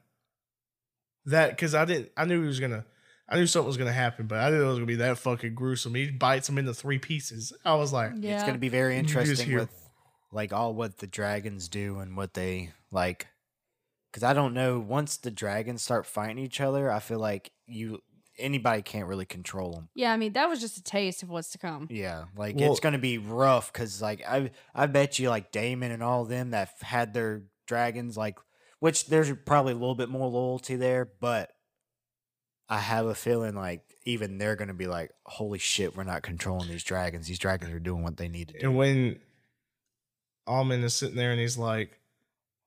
S3: that because I didn't, I knew he was gonna, I knew something was gonna happen, but I didn't know it was gonna be that fucking gruesome. He bites him into three pieces. I was like,
S4: yeah,
S1: it's going to be very
S3: You just
S1: interesting
S3: hear-
S1: with like all what the dragons do and what they like because i don't know once the dragons start fighting each other i feel like you anybody can't really control them.
S4: Yeah, I mean that was just a taste of what's to come.
S1: Yeah, like
S3: Well-
S1: it's gonna be rough because like I I bet you like Damon and all of them that f- had their dragons like which there's probably a little bit more loyalty there, but I have a feeling like even they're gonna be like, holy shit, we're not controlling these dragons. These dragons are doing what they need to do.
S3: And when Almond is sitting there and he's like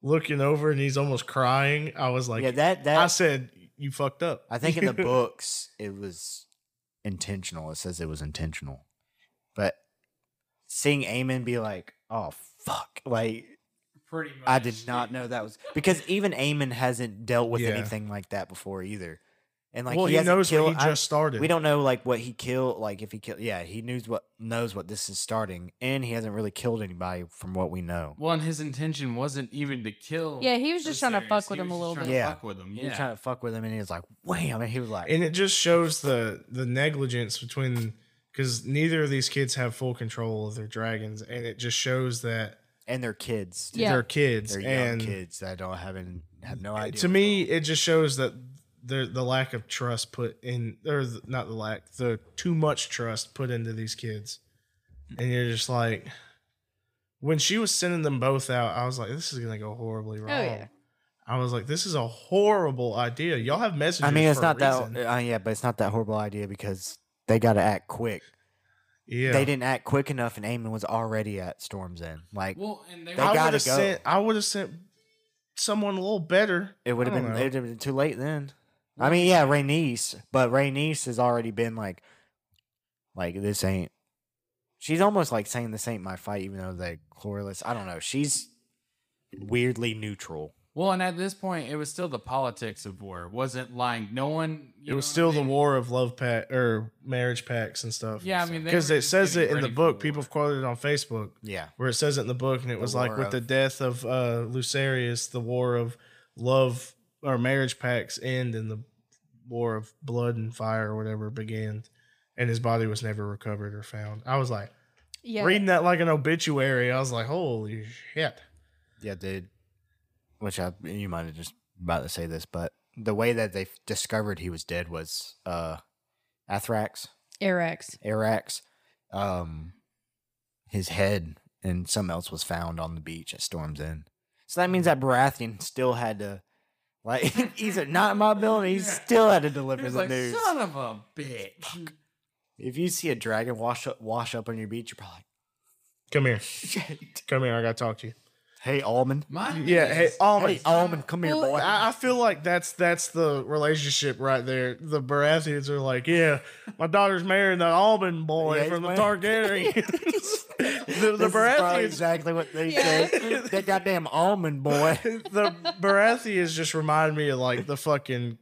S3: looking over and he's almost crying, I was like,
S1: yeah, that that
S3: I said, you fucked up.
S1: I think in the books it was intentional. It says it was intentional, but seeing Aemon be like, "Oh fuck!" Like
S2: Pretty much.
S1: I did not know that was because even Aemon hasn't dealt with
S3: Yeah.
S1: anything like that before either, and like
S3: well,
S1: he,
S3: he,
S1: hasn't
S3: knows
S1: killed.
S3: what he
S1: I-
S3: just started.
S1: we don't know like what he killed. Like if he killed, yeah, he knows what knows what this is starting, and he hasn't really killed anybody from what we know.
S2: Well, and his intention wasn't even to kill.
S4: Yeah, he was just trying to
S2: Viserys.
S4: fuck with
S2: He
S4: him
S2: was
S4: a
S2: just
S4: little
S2: trying
S1: bit.
S2: to
S1: Yeah.
S2: Fuck with him.
S1: He was trying
S2: Yeah.
S1: to fuck with him, and he was like, "Wham!" And he was like,
S3: and it just shows the the negligence between because neither of these kids have full control of their dragons, and it just shows that
S1: "And they're kids,
S4: Yeah.
S3: they're kids
S1: they're young
S3: and
S1: kids that don't haven't have no idea."
S3: to
S1: what's
S3: me, it just shows that the the lack of trust put in, or th- not the lack, the too much trust put into these kids, and you're just like, when she was sending them both out, I was like, this is gonna go horribly wrong.
S4: Oh, yeah.
S3: I was like, this is a horrible idea. Y'all have messages.
S1: I mean, it's
S3: for a
S1: not
S3: reason.
S1: that. Uh, yeah, but it's not that horrible idea because they got to act quick.
S3: Yeah,
S1: They didn't act quick enough, and Eamon was already at Storm's End. Like
S2: Well, and they
S1: They
S2: were-
S3: I
S1: gotta
S3: would have
S1: go.
S3: sent. I would have sent someone a little better.
S1: it would have
S3: I don't
S1: been,
S3: know.
S1: it would have been too late then. I mean, yeah, Rhaenys, but Rhaenys has already been like, like this ain't. She's almost like saying this ain't my fight, even though they Chlorylus. I don't know. She's weirdly neutral.
S2: Well, and at this point, it was still the politics of war. It wasn't like no one. you
S3: it was
S2: know what I
S3: still the
S2: mean?
S3: war of love pack or marriage packs and stuff.
S2: Yeah, I mean, they
S3: because
S2: were
S3: it
S2: just
S3: says
S2: getting
S3: it in the
S2: ready for
S3: book.
S2: war.
S3: People have quoted it on Facebook
S1: Yeah,
S3: where it says it in the book, and it
S1: The
S3: was like
S1: war
S3: with
S1: of-
S3: the death of uh, Lucerius, the war of love or marriage packs end, and the war of blood and fire or whatever began, and his body was never recovered or found. I was like
S4: Yeah.
S3: reading that like an obituary. I was like, holy shit.
S1: yeah, dude. Which I you might have just about to say this, but the way that they discovered he was dead was uh, Athrax.
S4: Arax.
S1: Arax, um, his head and something else was found on the beach at Storm's End. So that means that Baratheon still had to, like, he's a, not my ability. He still had to
S2: He
S1: deliver
S2: was
S1: the
S2: like,
S1: news.
S2: son of a bitch.
S1: If you see a dragon wash up, wash up on your beach, you're probably like,
S3: Come here.
S1: shit.
S3: Come here. I got to talk to you.
S1: Hey, Almond.
S2: My
S3: Yeah. Hey, Almond.
S1: Hey, Almond, come here,
S4: Well,
S1: boy.
S3: I, I feel like that's that's the relationship right there. The Baratheons are like, yeah, my daughter's marrying the Alban boy
S1: Yeah, he's
S3: from the
S1: married."
S3: Targaryens. the the
S1: This is probably
S3: Baratheons,
S1: exactly what they
S4: Yeah.
S1: say. that goddamn almond boy.
S3: the Baratheons just remind me of like the fucking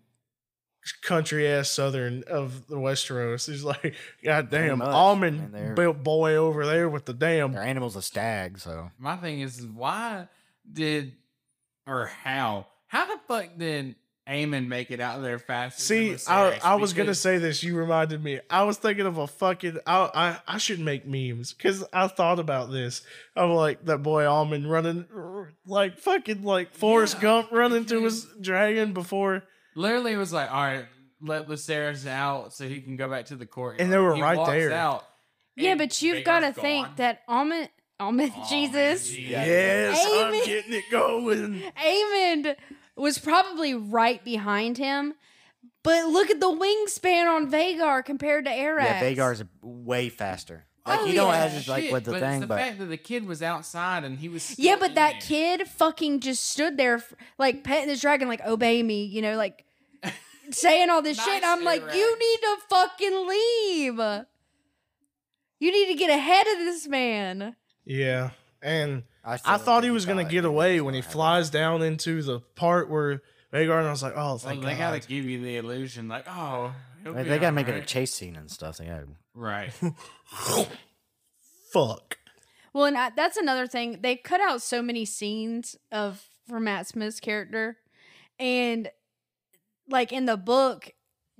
S3: country ass southern of the Westeros. He's like, God damn,
S1: much.
S3: Almond
S1: And they're-
S3: built boy over there with the damn.
S1: Their animal's a stag, so
S2: My thing is, is why did or how? How the fuck did Eamon make it out of there faster?
S3: See,
S2: than
S3: I,
S2: Viserys?
S3: I was gonna
S2: Because-
S3: say this. You reminded me. I was thinking of a fucking. I I, I should make memes because I thought about this. I'm like that boy Almond running, like fucking like Forrest
S2: Yeah,
S3: Gump running to his
S2: because-
S3: dragon before,
S2: literally was like, all right, let Lucerys out so he can go back to the court.
S3: And they were right there.
S2: Out,
S4: Yeah,
S2: and
S4: but you've
S2: Vader's
S4: got to think
S2: gone.
S4: that Almond, Almond
S2: Oh,
S4: Jesus,
S2: man,
S3: yes,
S4: Amen.
S3: I'm getting it going.
S4: Amond was probably right behind him. But look at the wingspan on Vagar compared to Arax.
S1: yeah, Vagar's way faster. Like
S4: Oh,
S1: you don't
S4: yeah.
S1: have to like
S2: Shit,
S1: with the
S2: but
S1: thing,
S2: it's the
S1: but
S2: fact that the kid was outside and he was still
S4: Yeah, but
S2: in
S4: that
S2: there.
S4: kid fucking just stood there, f- like petting this dragon, like obey me, you know, like saying all this
S2: Nice,
S4: shit. I'm like, you
S2: Arax.
S4: need to fucking leave. You need to get ahead of this man.
S3: Yeah, and
S1: still
S3: I
S1: don't
S3: thought
S1: think
S3: he was gonna
S1: died.
S3: get away when he
S1: Alright.
S3: flies down into the part where Vagar and I was like, oh,
S2: Well,
S3: thank
S2: they
S3: God.
S2: gotta give you the illusion, like, oh, he'll
S1: Like,
S2: be
S1: they gotta
S2: all
S1: make it a
S2: right.
S1: chase scene and stuff. They gotta
S2: Right.
S3: Fuck.
S4: Well, and I, that's another thing. They cut out so many scenes of for Matt Smith's character, and like in the book,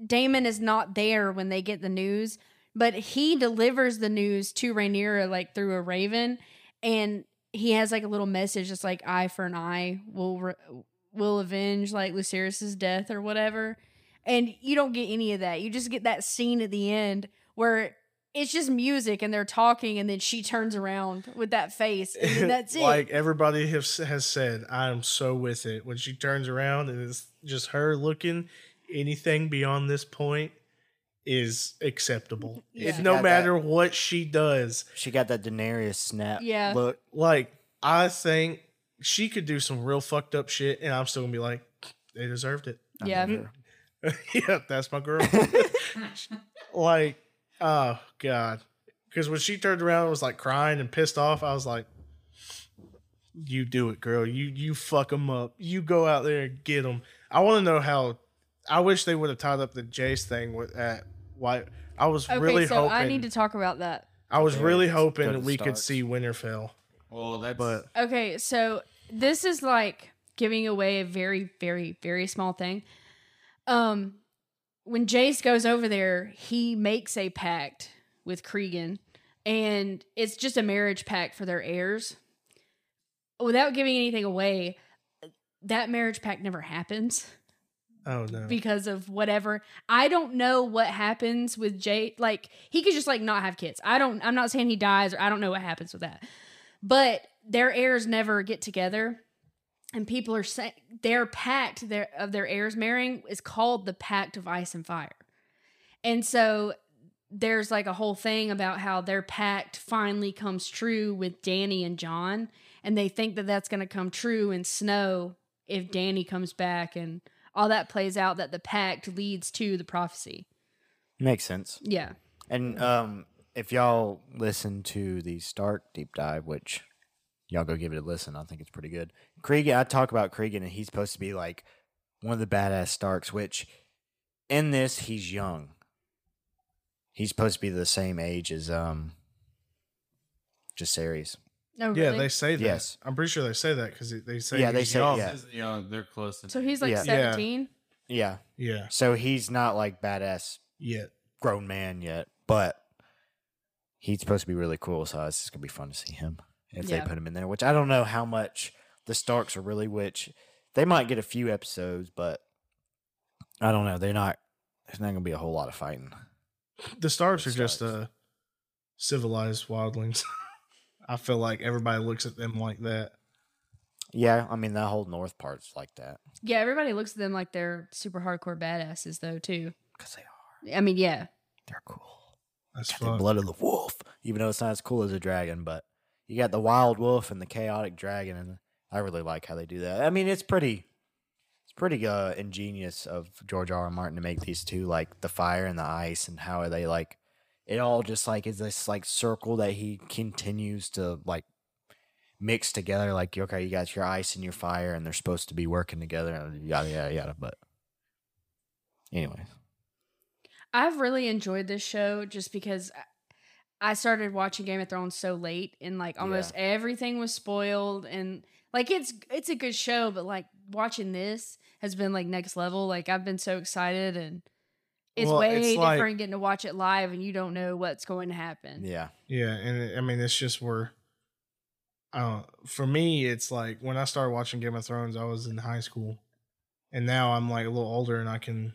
S4: Damon is not there when they get the news, but he delivers the news to Rhaenyra like through a raven, and he has like a little message that's like eye for an eye will re- will avenge like Lucerys's death or whatever. And you don't get any of that. You just get that scene at the end where it's just music and they're talking, and then she turns around with that face, and then that's it.
S3: like everybody has, has said, I am so with it. When she turns around and it's just her looking, anything beyond this point is acceptable.
S4: Yeah.
S3: It, no
S1: Got that.
S3: matter what she does,
S1: She got that Daenerys snap.
S4: Yeah.
S1: Look,
S3: like I think she could do some real fucked up shit, and I'm still gonna be like, they deserved it.
S1: I
S4: yeah,
S1: mean,
S3: yeah, that's my girl. like, oh god, because when she turned around and was like crying and pissed off, I was like, "You do it, girl. You you fuck them up. You go out there and get them." I want to know how. I wish they would have tied up the Jace thing with at Why I was
S4: Okay,
S3: really
S4: so
S3: hoping.
S4: I
S3: I,
S4: need to talk about that.
S3: was
S1: Yeah,
S3: really
S1: let's go to
S3: hoping
S1: the
S3: we could
S1: stars.
S3: see Winterfell,
S2: Well, that's
S3: but
S4: Okay, so this is like giving away a very, very, very small thing. Um, when Jace goes over there, he makes a pact with Cregan, and it's just a marriage pact for their heirs. Without giving anything away, that marriage pact never happens
S3: oh no,
S4: because of whatever. I don't know what happens with Jay. Like he could just like not have kids. I don't. I'm not saying he dies or I don't know what happens with that. But their heirs never get together, and people are saying their pact their of their heirs marrying is called the Pact of Ice and Fire, and so there's like a whole thing about how their pact finally comes true with Danny and John, and they think that that's going to come true in Snow if Danny comes back and all that plays out that the pact leads to the prophecy.
S1: makes sense.
S4: Yeah.
S1: And um, if y'all listen to the Stark deep dive, which y'all go give it a listen, I think it's pretty good. Cregan, I talk about Cregan, and he's supposed to be like one of the badass Starks. Which in this, he's young. He's supposed to be the same age as um, Jaceres.
S4: No,
S3: yeah, they say that.
S1: Yes.
S3: I'm pretty sure they say that because they say
S1: Yeah, they
S3: he's
S1: say-
S3: young.
S1: yeah.
S2: This is- you know, they're close. To
S4: so he's like
S1: Yeah.
S3: Yeah.
S4: 17.
S1: Yeah,
S3: yeah,
S1: so he's not like badass
S3: yeah.
S1: grown man yet, but he's supposed to be really cool. So it's just gonna be fun to see him if
S4: Yeah.
S1: they put him in there. Which I don't know how much the Starks are really. Which they might get a few episodes, but I don't know. They're not. It's not gonna be a whole lot of fighting.
S3: The Starks
S1: The
S3: are just
S1: Starks.
S3: uh, civilized wildlings. I feel like everybody looks at them like that.
S1: Yeah, I mean that whole North part's like that
S4: Yeah, everybody looks at them like they're super hardcore badasses, though, too.
S1: because they are.
S4: I mean, yeah.
S1: They're cool.
S3: That's
S1: Got the
S3: fun.
S1: blood of the wolf, even though it's not as cool as a dragon, but you got the wild wolf and the chaotic dragon, and I really like how they do that. I mean, it's pretty, it's pretty uh, ingenious of George R. R. Martin to make these two like the fire and the ice, and how are they like? It all just like is this like circle that he continues to like mix together. Like okay, you got your ice and your fire, and they're supposed to be working together, and yada yada yada. But anyway,
S4: I've really enjoyed this show just because I- I started watching Game of Thrones so late and like almost everything was spoiled and like it's it's a good show but like watching this has been like next level like I've been so excited and it's
S3: Well,
S4: way
S3: it's
S4: different
S3: like-
S4: getting to watch it live and you don't know what's going to happen.
S1: yeah,
S3: Yeah, and I mean, it's just where. Uh, for me, it's like when I started watching Game of Thrones, I was in high school, and now I'm like a little older, and I can,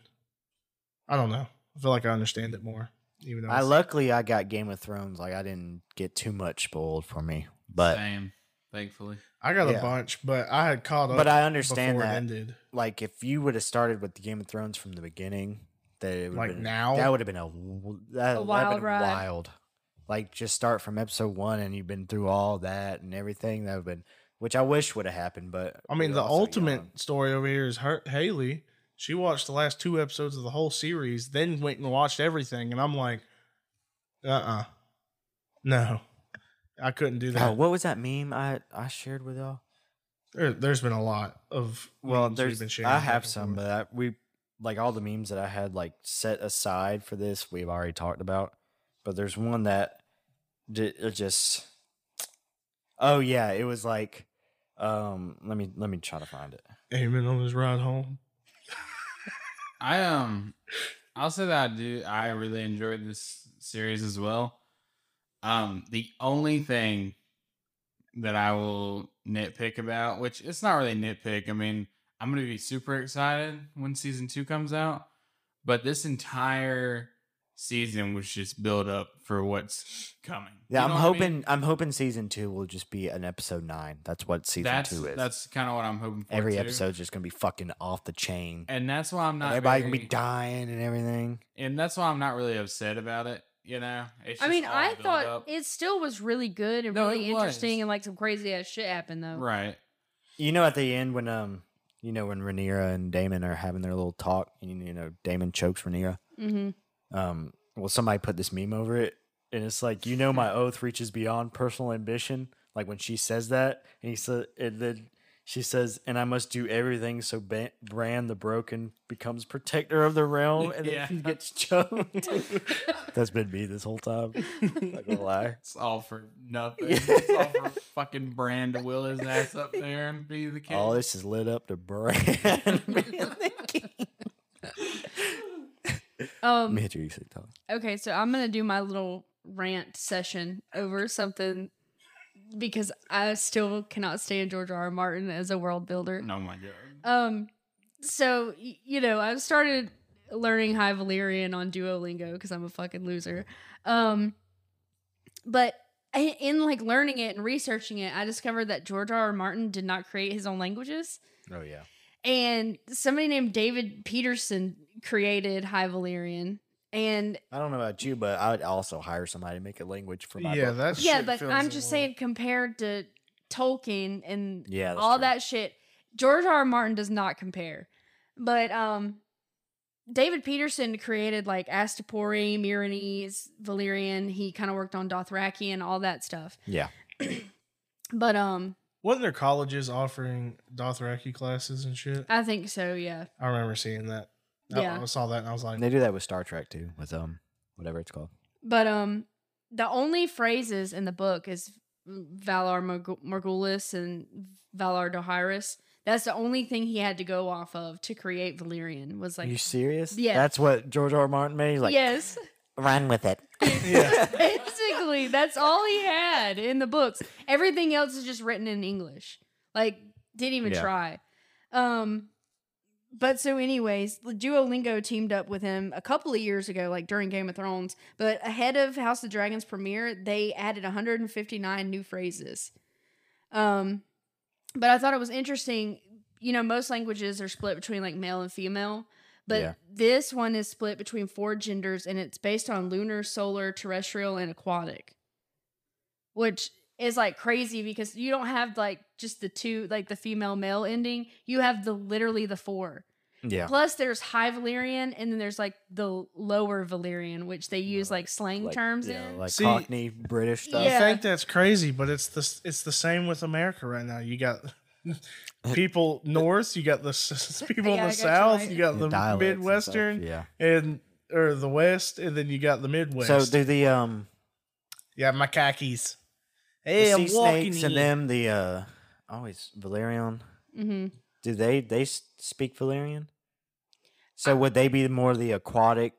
S3: I don't know, I feel like I understand it more. Even though
S1: I
S3: it's-
S1: luckily I got Game of Thrones. Like I didn't get too much spoiled for me, but
S2: same, thankfully.
S3: I got
S1: yeah.
S3: a bunch, but I had caught up.
S1: but I understand
S3: before it
S1: that.
S3: ended.
S1: Like if you would have started with the Game of Thrones from the beginning, that it would
S3: Like
S1: been,
S3: now?
S1: that would have been a w- that,
S4: wild
S1: wild
S4: ride.
S1: Wild, like just start from episode one, and you've been through all that and everything. That would have been, which I wish would have happened. But
S3: I mean,
S1: we
S3: the
S1: also
S3: ultimate
S1: young.
S3: story over here is her Haley. She watched the last two episodes of the whole series, then went and watched everything, and I'm like, uh, uh no, I couldn't do
S1: Oh,
S3: that.
S1: what was that meme I I shared with y'all?
S3: There, there's been a lot of
S1: Well,
S3: memes we've
S1: there's
S3: been sharing
S1: I
S3: back
S1: have
S3: and
S1: some,
S3: forth.
S1: but I, we like all the memes that I had like set aside for this. We've already talked about, but there's one that d- it just. Oh yeah, it was like, um, let me let me try to find it.
S3: Amen on his ride home.
S2: I um, I'll say that I do. I really enjoyed this series as well. Um, the only thing that I will nitpick about, which it's not really nitpick. I mean, I'm gonna be super excited when season two comes out. But this entire season was just build up for what's coming.
S1: Yeah,
S2: You
S1: I'm
S2: know what I mean?
S1: hoping. I'm hoping season two will just be an episode nine. That's what season
S2: that's
S1: two is.
S2: that's kind of what I'm hoping for.
S1: every
S2: too.
S1: episode's just gonna be fucking off the chain.
S2: and that's why I'm
S1: And
S2: not.
S1: everybody
S2: very,
S1: gonna be dying and everything.
S2: and that's why I'm not really upset about it. You know, it's
S4: I
S2: just
S4: mean,
S2: all
S4: I
S2: built
S4: thought
S2: up.
S4: it still was really good and
S2: No,
S4: really
S2: it was.
S4: interesting, and like some crazy ass shit happened though.
S2: right.
S1: You know, at the end when um, you know when Rhaenyra and Damon are having their little talk, and you know Damon chokes Rhaenyra.
S4: Mm-hmm.
S1: Um, well, somebody put this meme over it, and it's like, you know, my oath reaches beyond personal ambition. Like when she says that, and he said, and then she says, and I must do everything so Ban- Bran the Broken becomes protector of the realm, and
S2: Yeah.
S1: then he gets choked. That's been me this whole time. Not gonna lie.
S2: It's all for nothing. it's all for fucking Brand to will his ass up there and be the king.
S1: All this is lit up to Bran.
S4: Um,
S1: Mitch, you sick dog.
S4: Okay, so I'm gonna do my little rant session over something because I still cannot stand George R. R. Martin as a world builder.
S2: oh my god.
S4: Um, so y- you know, I started learning High Valyrian on Duolingo because I'm a fucking loser. Um, but i- in like learning it and researching it, I discovered that George R. R. Martin did not create his own languages,
S1: Oh yeah.
S4: and somebody named David Peterson created High Valyrian. And
S1: I don't know about you, but I would also hire somebody to make a language for my
S3: yeah,
S1: book.
S3: that's
S4: yeah, but I'm just saying, compared to Tolkien and
S1: yeah, that's
S4: all
S1: true.
S4: that shit, George R. R. Martin does not compare. But um, David Peterson created like Astapori, Myronese, Valyrian. He kind of worked on Dothraki and all that stuff.
S1: Yeah.
S4: But um,
S3: Wasn't there colleges offering Dothraki classes and shit?
S4: I think so. Yeah,
S3: I remember seeing that. I-
S4: Yeah.
S3: I saw that and I was like,
S1: And they do that with Star Trek too, with um whatever it's called.
S4: but um, the only phrases in the book is Valar Morg- Morgulis and Valar Dohaeris. That's the only thing he had to go off of to create Valyrian. Was like
S1: you serious?
S4: Yeah.
S1: That's what George R. R. Martin made. He's like,
S4: yes,
S1: run with it.
S3: yeah,
S4: basically that's all he had in the books. Everything else is just written in English. Like didn't even
S1: Yeah.
S4: try. Um, but so anyways, Duolingo teamed up with him a couple of years ago, like during Game of Thrones. But ahead of House of Dragons premiere, they added 159 new phrases. Um, but I thought it was interesting. You know, most languages are split between like male and female, but
S1: Yeah.
S4: this one is split between four genders and it's based on lunar, solar, terrestrial, and aquatic, which is like crazy because you don't have like just the two, like the female male ending. You have the literally the four.
S1: Yeah.
S4: Plus, there's high Valyrian and then there's like the lower Valyrian, which they use
S1: Right.
S4: like slang
S1: Like,
S4: terms
S1: yeah,
S4: in.
S1: like
S3: See-
S1: Cockney British stuff.
S4: Yeah.
S3: I think that's crazy, but it's the it's the same with America right now. You got people north, you got the s- people
S4: Yeah,
S3: in
S4: I
S3: the
S4: got you
S3: south,
S4: right.
S3: you got
S1: The
S3: the,
S1: dialects and stuff,
S3: midwestern and,
S1: Yeah.
S3: or the west, and then you got the midwest.
S1: So do the um
S3: yeah, macaques.
S1: the
S3: Hey,
S1: sea
S3: I'm walking
S1: snakes and
S3: here.
S1: them the uh always Valerian.
S4: Mm-hmm.
S1: Do they they s- speak Valerian? So would they be more the aquatic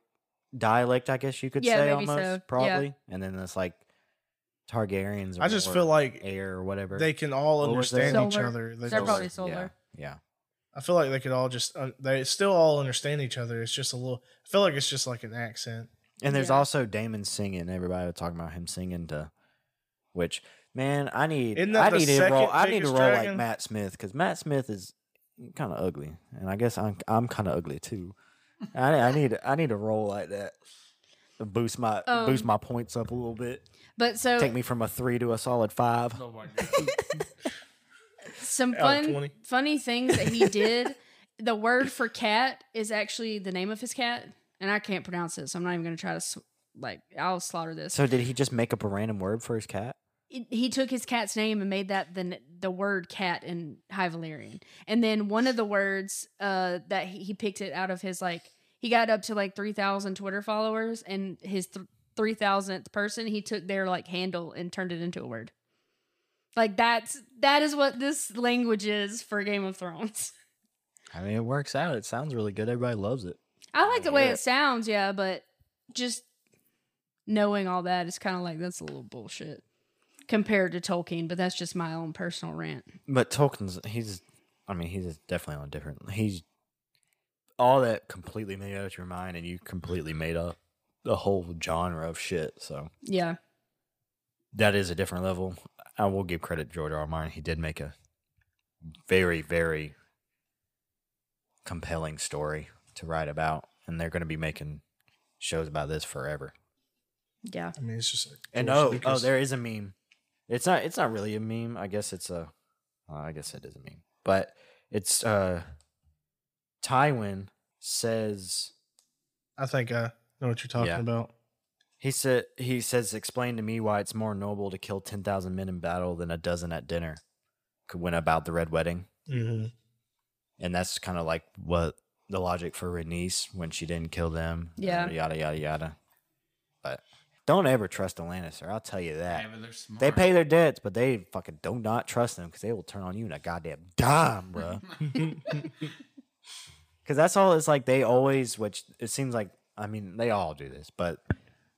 S1: dialect? I guess you could
S4: Yeah,
S1: say
S4: maybe
S1: almost
S4: so. Yeah.
S1: probably. And then it's like Targaryens. Or
S3: I just
S1: or
S3: feel like
S1: air or whatever.
S3: they can all
S1: What was that?
S3: understand each
S4: Solar.
S3: other. They
S4: They're
S3: just-
S4: probably
S1: Yeah.
S4: solar.
S1: yeah.
S3: I feel like they could all just uh, they still all understand each other. It's just a little. I feel like it's just like an accent.
S1: And there's
S4: Yeah.
S1: also Damon singing. Everybody was talking about him singing to, which man, I need
S3: Isn't
S1: I
S3: that the
S1: need to roll
S3: second
S1: I need to
S3: biggest
S1: roll like
S3: dragon?
S1: Matt Smith because Matt Smith is kind of ugly, and I guess I'm I'm kind of ugly too. I, I need I need to roll like that to boost my boost
S4: Um,
S1: my points up a little bit.
S4: But so
S1: Take me from a three to a solid five.
S2: Oh my god.
S4: some
S3: Out of
S4: fun
S3: 20.
S4: funny things that he did. the word for cat is actually the name of his cat, and I can't pronounce it, so I'm not even going to try to s like I'll slaughter this.
S1: So did he just make up a random word for his cat?
S4: It- he took his cat's name and made that the n- the word cat in High Valyrian, and then one of the words uh, that he, he picked it out of his like he got up to like three thousand Twitter followers, and his th- three thousandth person he took their like handle and turned it into a word. Like that's that is what this language is for Game of Thrones.
S1: I mean, it works out. It sounds really good. Everybody loves it.
S4: I like the
S1: Yeah.
S4: way it sounds, yeah, but just knowing all that is kind of like that's a little bullshit compared to Tolkien, but that's just my own personal rant.
S1: But Tolkien's he's I mean he's definitely on a different he's all that completely made out of your mind, and you completely made up a whole genre of shit. So
S4: Yeah.
S1: that is a different level. I will give credit to George R. R. Martin. He did make a very, very compelling story to write about, and they're going to be making shows about this forever.
S4: Yeah.
S3: I mean, it's just like
S1: And
S3: George
S1: oh, oh,
S3: Lucas.
S1: there is a meme. It's not. It's not really a meme. I guess it's a. uh, I guess it is a meme, but it's uh, Tywin says
S3: I think I know what you're talking
S1: Yeah.
S3: about.
S1: he said he says explain to me why it's more noble to kill ten thousand men in battle than a dozen at dinner. Could win about the red wedding,
S3: Mm-hmm.
S1: and that's kind of like what the logic for Rhaenys when she didn't kill them.
S4: Yeah.
S1: yada yada yada. But don't ever trust a Lannister. I'll tell you that.
S2: Yeah, but they're smart.
S1: They pay their debts, but they fucking do not trust them because they will turn on you in a goddamn dime, bro. Because that's all. It's like they always, which it seems like. I mean, they all do this, but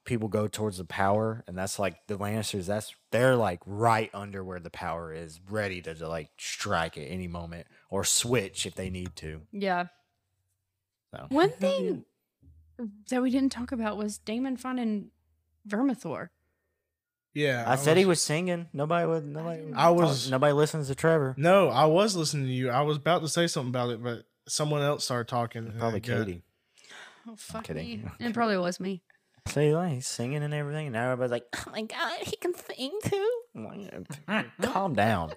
S1: people go towards the power, and that's like the Lannisters. That's they're like right under where the power is, ready to, to like strike at any moment or switch if they need to.
S4: Yeah.
S1: So
S4: One thing that we didn't talk about was Damon finding Vermithor.
S3: Yeah,
S1: I said he was singing. Nobody would. Nobody.
S3: I was-
S1: Nobody listens to Trevor.
S3: No, I was listening to you. I was about to say something about it, but someone else started talking. and
S1: Probably
S3: it got-
S1: Katie.
S4: Oh, fuck
S1: kidding.
S4: me. It probably was me.
S1: So he's like, he's singing and everything, and now everybody's like, "Oh my god, he can sing too." I'm like, Calm down.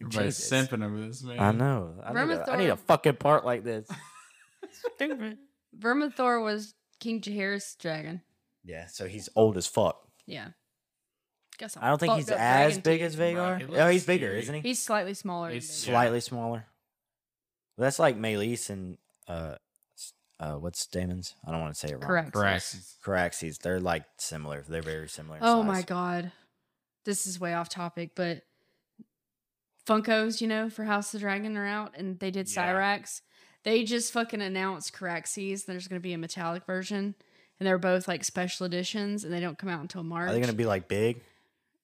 S2: Everybody's
S1: Jesus.
S2: simping over this man.
S1: I know. I need, a, I need a
S4: Vermithor-
S1: fucking part like this.
S4: Stupid. Vermithor was King Jaehaer's dragon.
S1: Yeah, so he's old as fuck.
S4: Yeah. Got some
S1: I don't think
S4: fucked
S1: he's
S4: up
S1: as
S4: dragon
S1: big
S4: teeth.
S1: as Vagar.
S2: It
S1: Oh,
S2: looks
S1: he's bigger,
S2: scary.
S1: isn't he?
S4: He's slightly smaller. than
S2: He's
S4: Vagar.
S1: slightly smaller. That's like Melis and uh, s- uh, what's Damon's? I don't want to say it wrong.
S4: Correct.
S2: Correct.
S1: Caraxes. They're like similar. They're very similar. in
S4: Oh my
S1: size.
S4: god. This is way off topic, but Funko's, you know, for House of the Dragon are out and they did
S2: Yeah.
S4: Cyrax. They just fucking announced Caraxes. There's gonna be a metallic version. And they're both like special editions and they don't come out until March.
S1: Are they gonna be like big? Or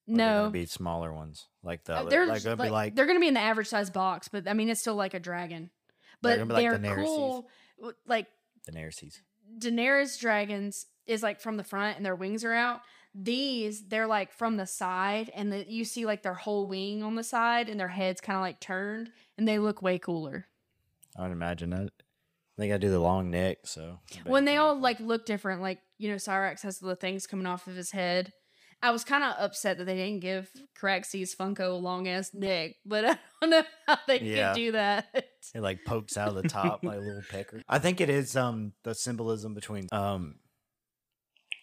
S1: They're
S4: No.
S1: gonna be smaller ones like the.
S4: Uh,
S1: other-
S4: they're
S1: like
S4: just,
S1: gonna be
S4: like-
S1: like
S4: they're gonna be in the average size box, but I mean it's still like a dragon.
S1: They're
S4: But
S1: gonna
S4: they're,
S1: be like Daenerys's.
S4: cool. w- Like
S1: Daenerys's.
S4: Daenerys dragons is like from the front and their wings are out. These they're like from the side and the, you see like their whole wing on the side and their heads kind of like turned and they look way cooler.
S1: I would imagine that. They gotta do the long neck, so
S4: When they all like look different, like you know Cyrax has the things coming off of his head. I was kind of upset that they didn't give Caraxes Funko a long ass neck, but I don't know how they
S1: Yeah.
S4: could do that.
S1: it like pokes out of the top like a little pecker. I think it is um the symbolism between um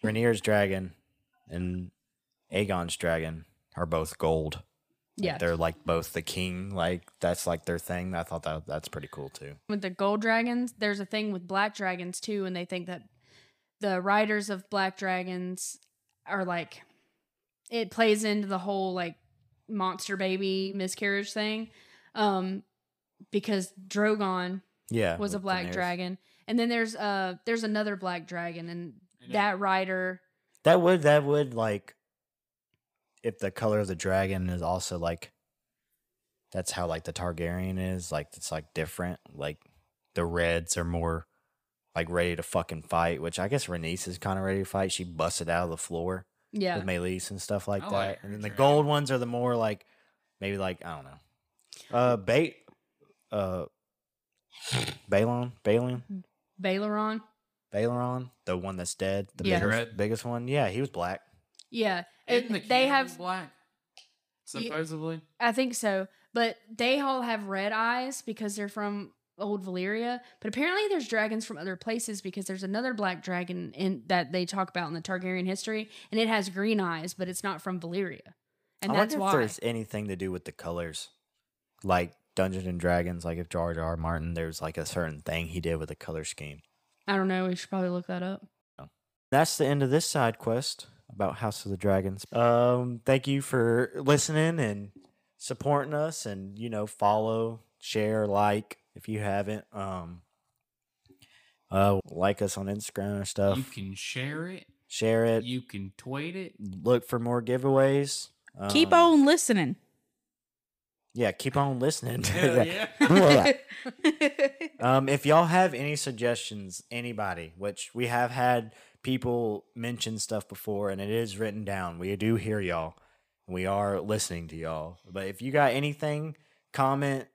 S1: Rhaenyra's dragon and Aegon's dragon are both gold. Like,
S4: yeah,
S1: they're like both the king. Like that's like their thing. I thought that that's pretty cool too.
S4: with the gold dragons, there's a thing with black dragons too, and they think that the riders of black dragons are like it plays into the whole like monster baby miscarriage thing. Um because Drogon
S1: Yeah,
S4: was a
S1: with
S4: black
S1: Daenerys.
S4: dragon. And then there's uh there's another black dragon and that rider
S1: That would that would like if the color of the dragon is also like that's how like the Targaryen is, like it's like different. Like the reds are more like ready to fucking fight, which I guess Renice is kinda ready to fight. She busted out of the floor
S4: yeah.
S1: with Melis and stuff like
S2: I
S1: that.
S2: like her
S1: and then the
S2: dragon.
S1: gold ones are the more like maybe like I don't know. Uh bait uh Balon, Balon,
S4: Baileron.
S1: Balon, the one that's dead, the
S4: Yeah.
S1: biggest,
S2: Red.
S1: biggest one. Yeah, he was black.
S4: Yeah.
S2: Isn't
S4: And
S2: the
S4: they
S2: cannibal
S4: have
S2: black. Supposedly,
S4: I think so. But they all have red eyes because they're from old Valyria. But apparently there's dragons from other places because there's another black dragon in that they talk about in the Targaryen history and it has green eyes, but it's not from Valyria. And
S1: I
S4: that's
S1: wonder
S4: why.
S1: if there's anything to do with the colors, like Dungeons and Dragons. Like if George R. R. Martin, there's like a certain thing he did with the color scheme.
S4: I don't know, we should probably look that up.
S1: That's the end of this side quest about House of the Dragons. Um, thank you for listening and supporting us, and you know, follow, share, like if you haven't. Um, uh, like us on Instagram and
S2: you
S1: stuff.
S2: can share it.
S1: Share it.
S2: You can tweet it.
S1: Look for more giveaways.
S5: Keep
S1: um,
S5: on listening.
S1: Yeah, keep on listening.
S2: Hell yeah.
S1: um, if y'all have any suggestions, anybody, which we have had people mention stuff before and it is written down, we do hear y'all. We are listening to y'all. But if you got anything, comment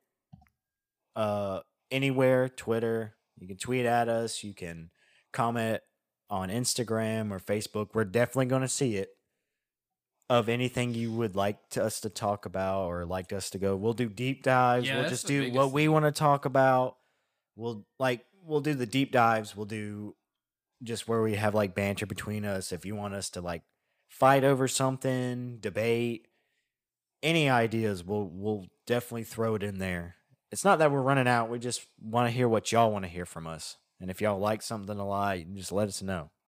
S1: uh, anywhere, Twitter, you can tweet at us, you can comment on Instagram or Facebook. We're definitely going to see it. Of anything you would like to, us to talk about or like us to go, we'll do deep dives.
S2: Yeah,
S1: we'll
S2: that's
S1: just
S2: the
S1: do what
S2: biggest
S1: we
S2: thing.
S1: want to talk about. We'll like we'll do the deep dives. We'll do just where we have like banter between us. If you want us to like fight over something, debate, any ideas, we'll we'll definitely throw it in there. It's not that we're running out. We just want to hear what y'all want to hear from us. And if y'all like something a lot, you can just let us know.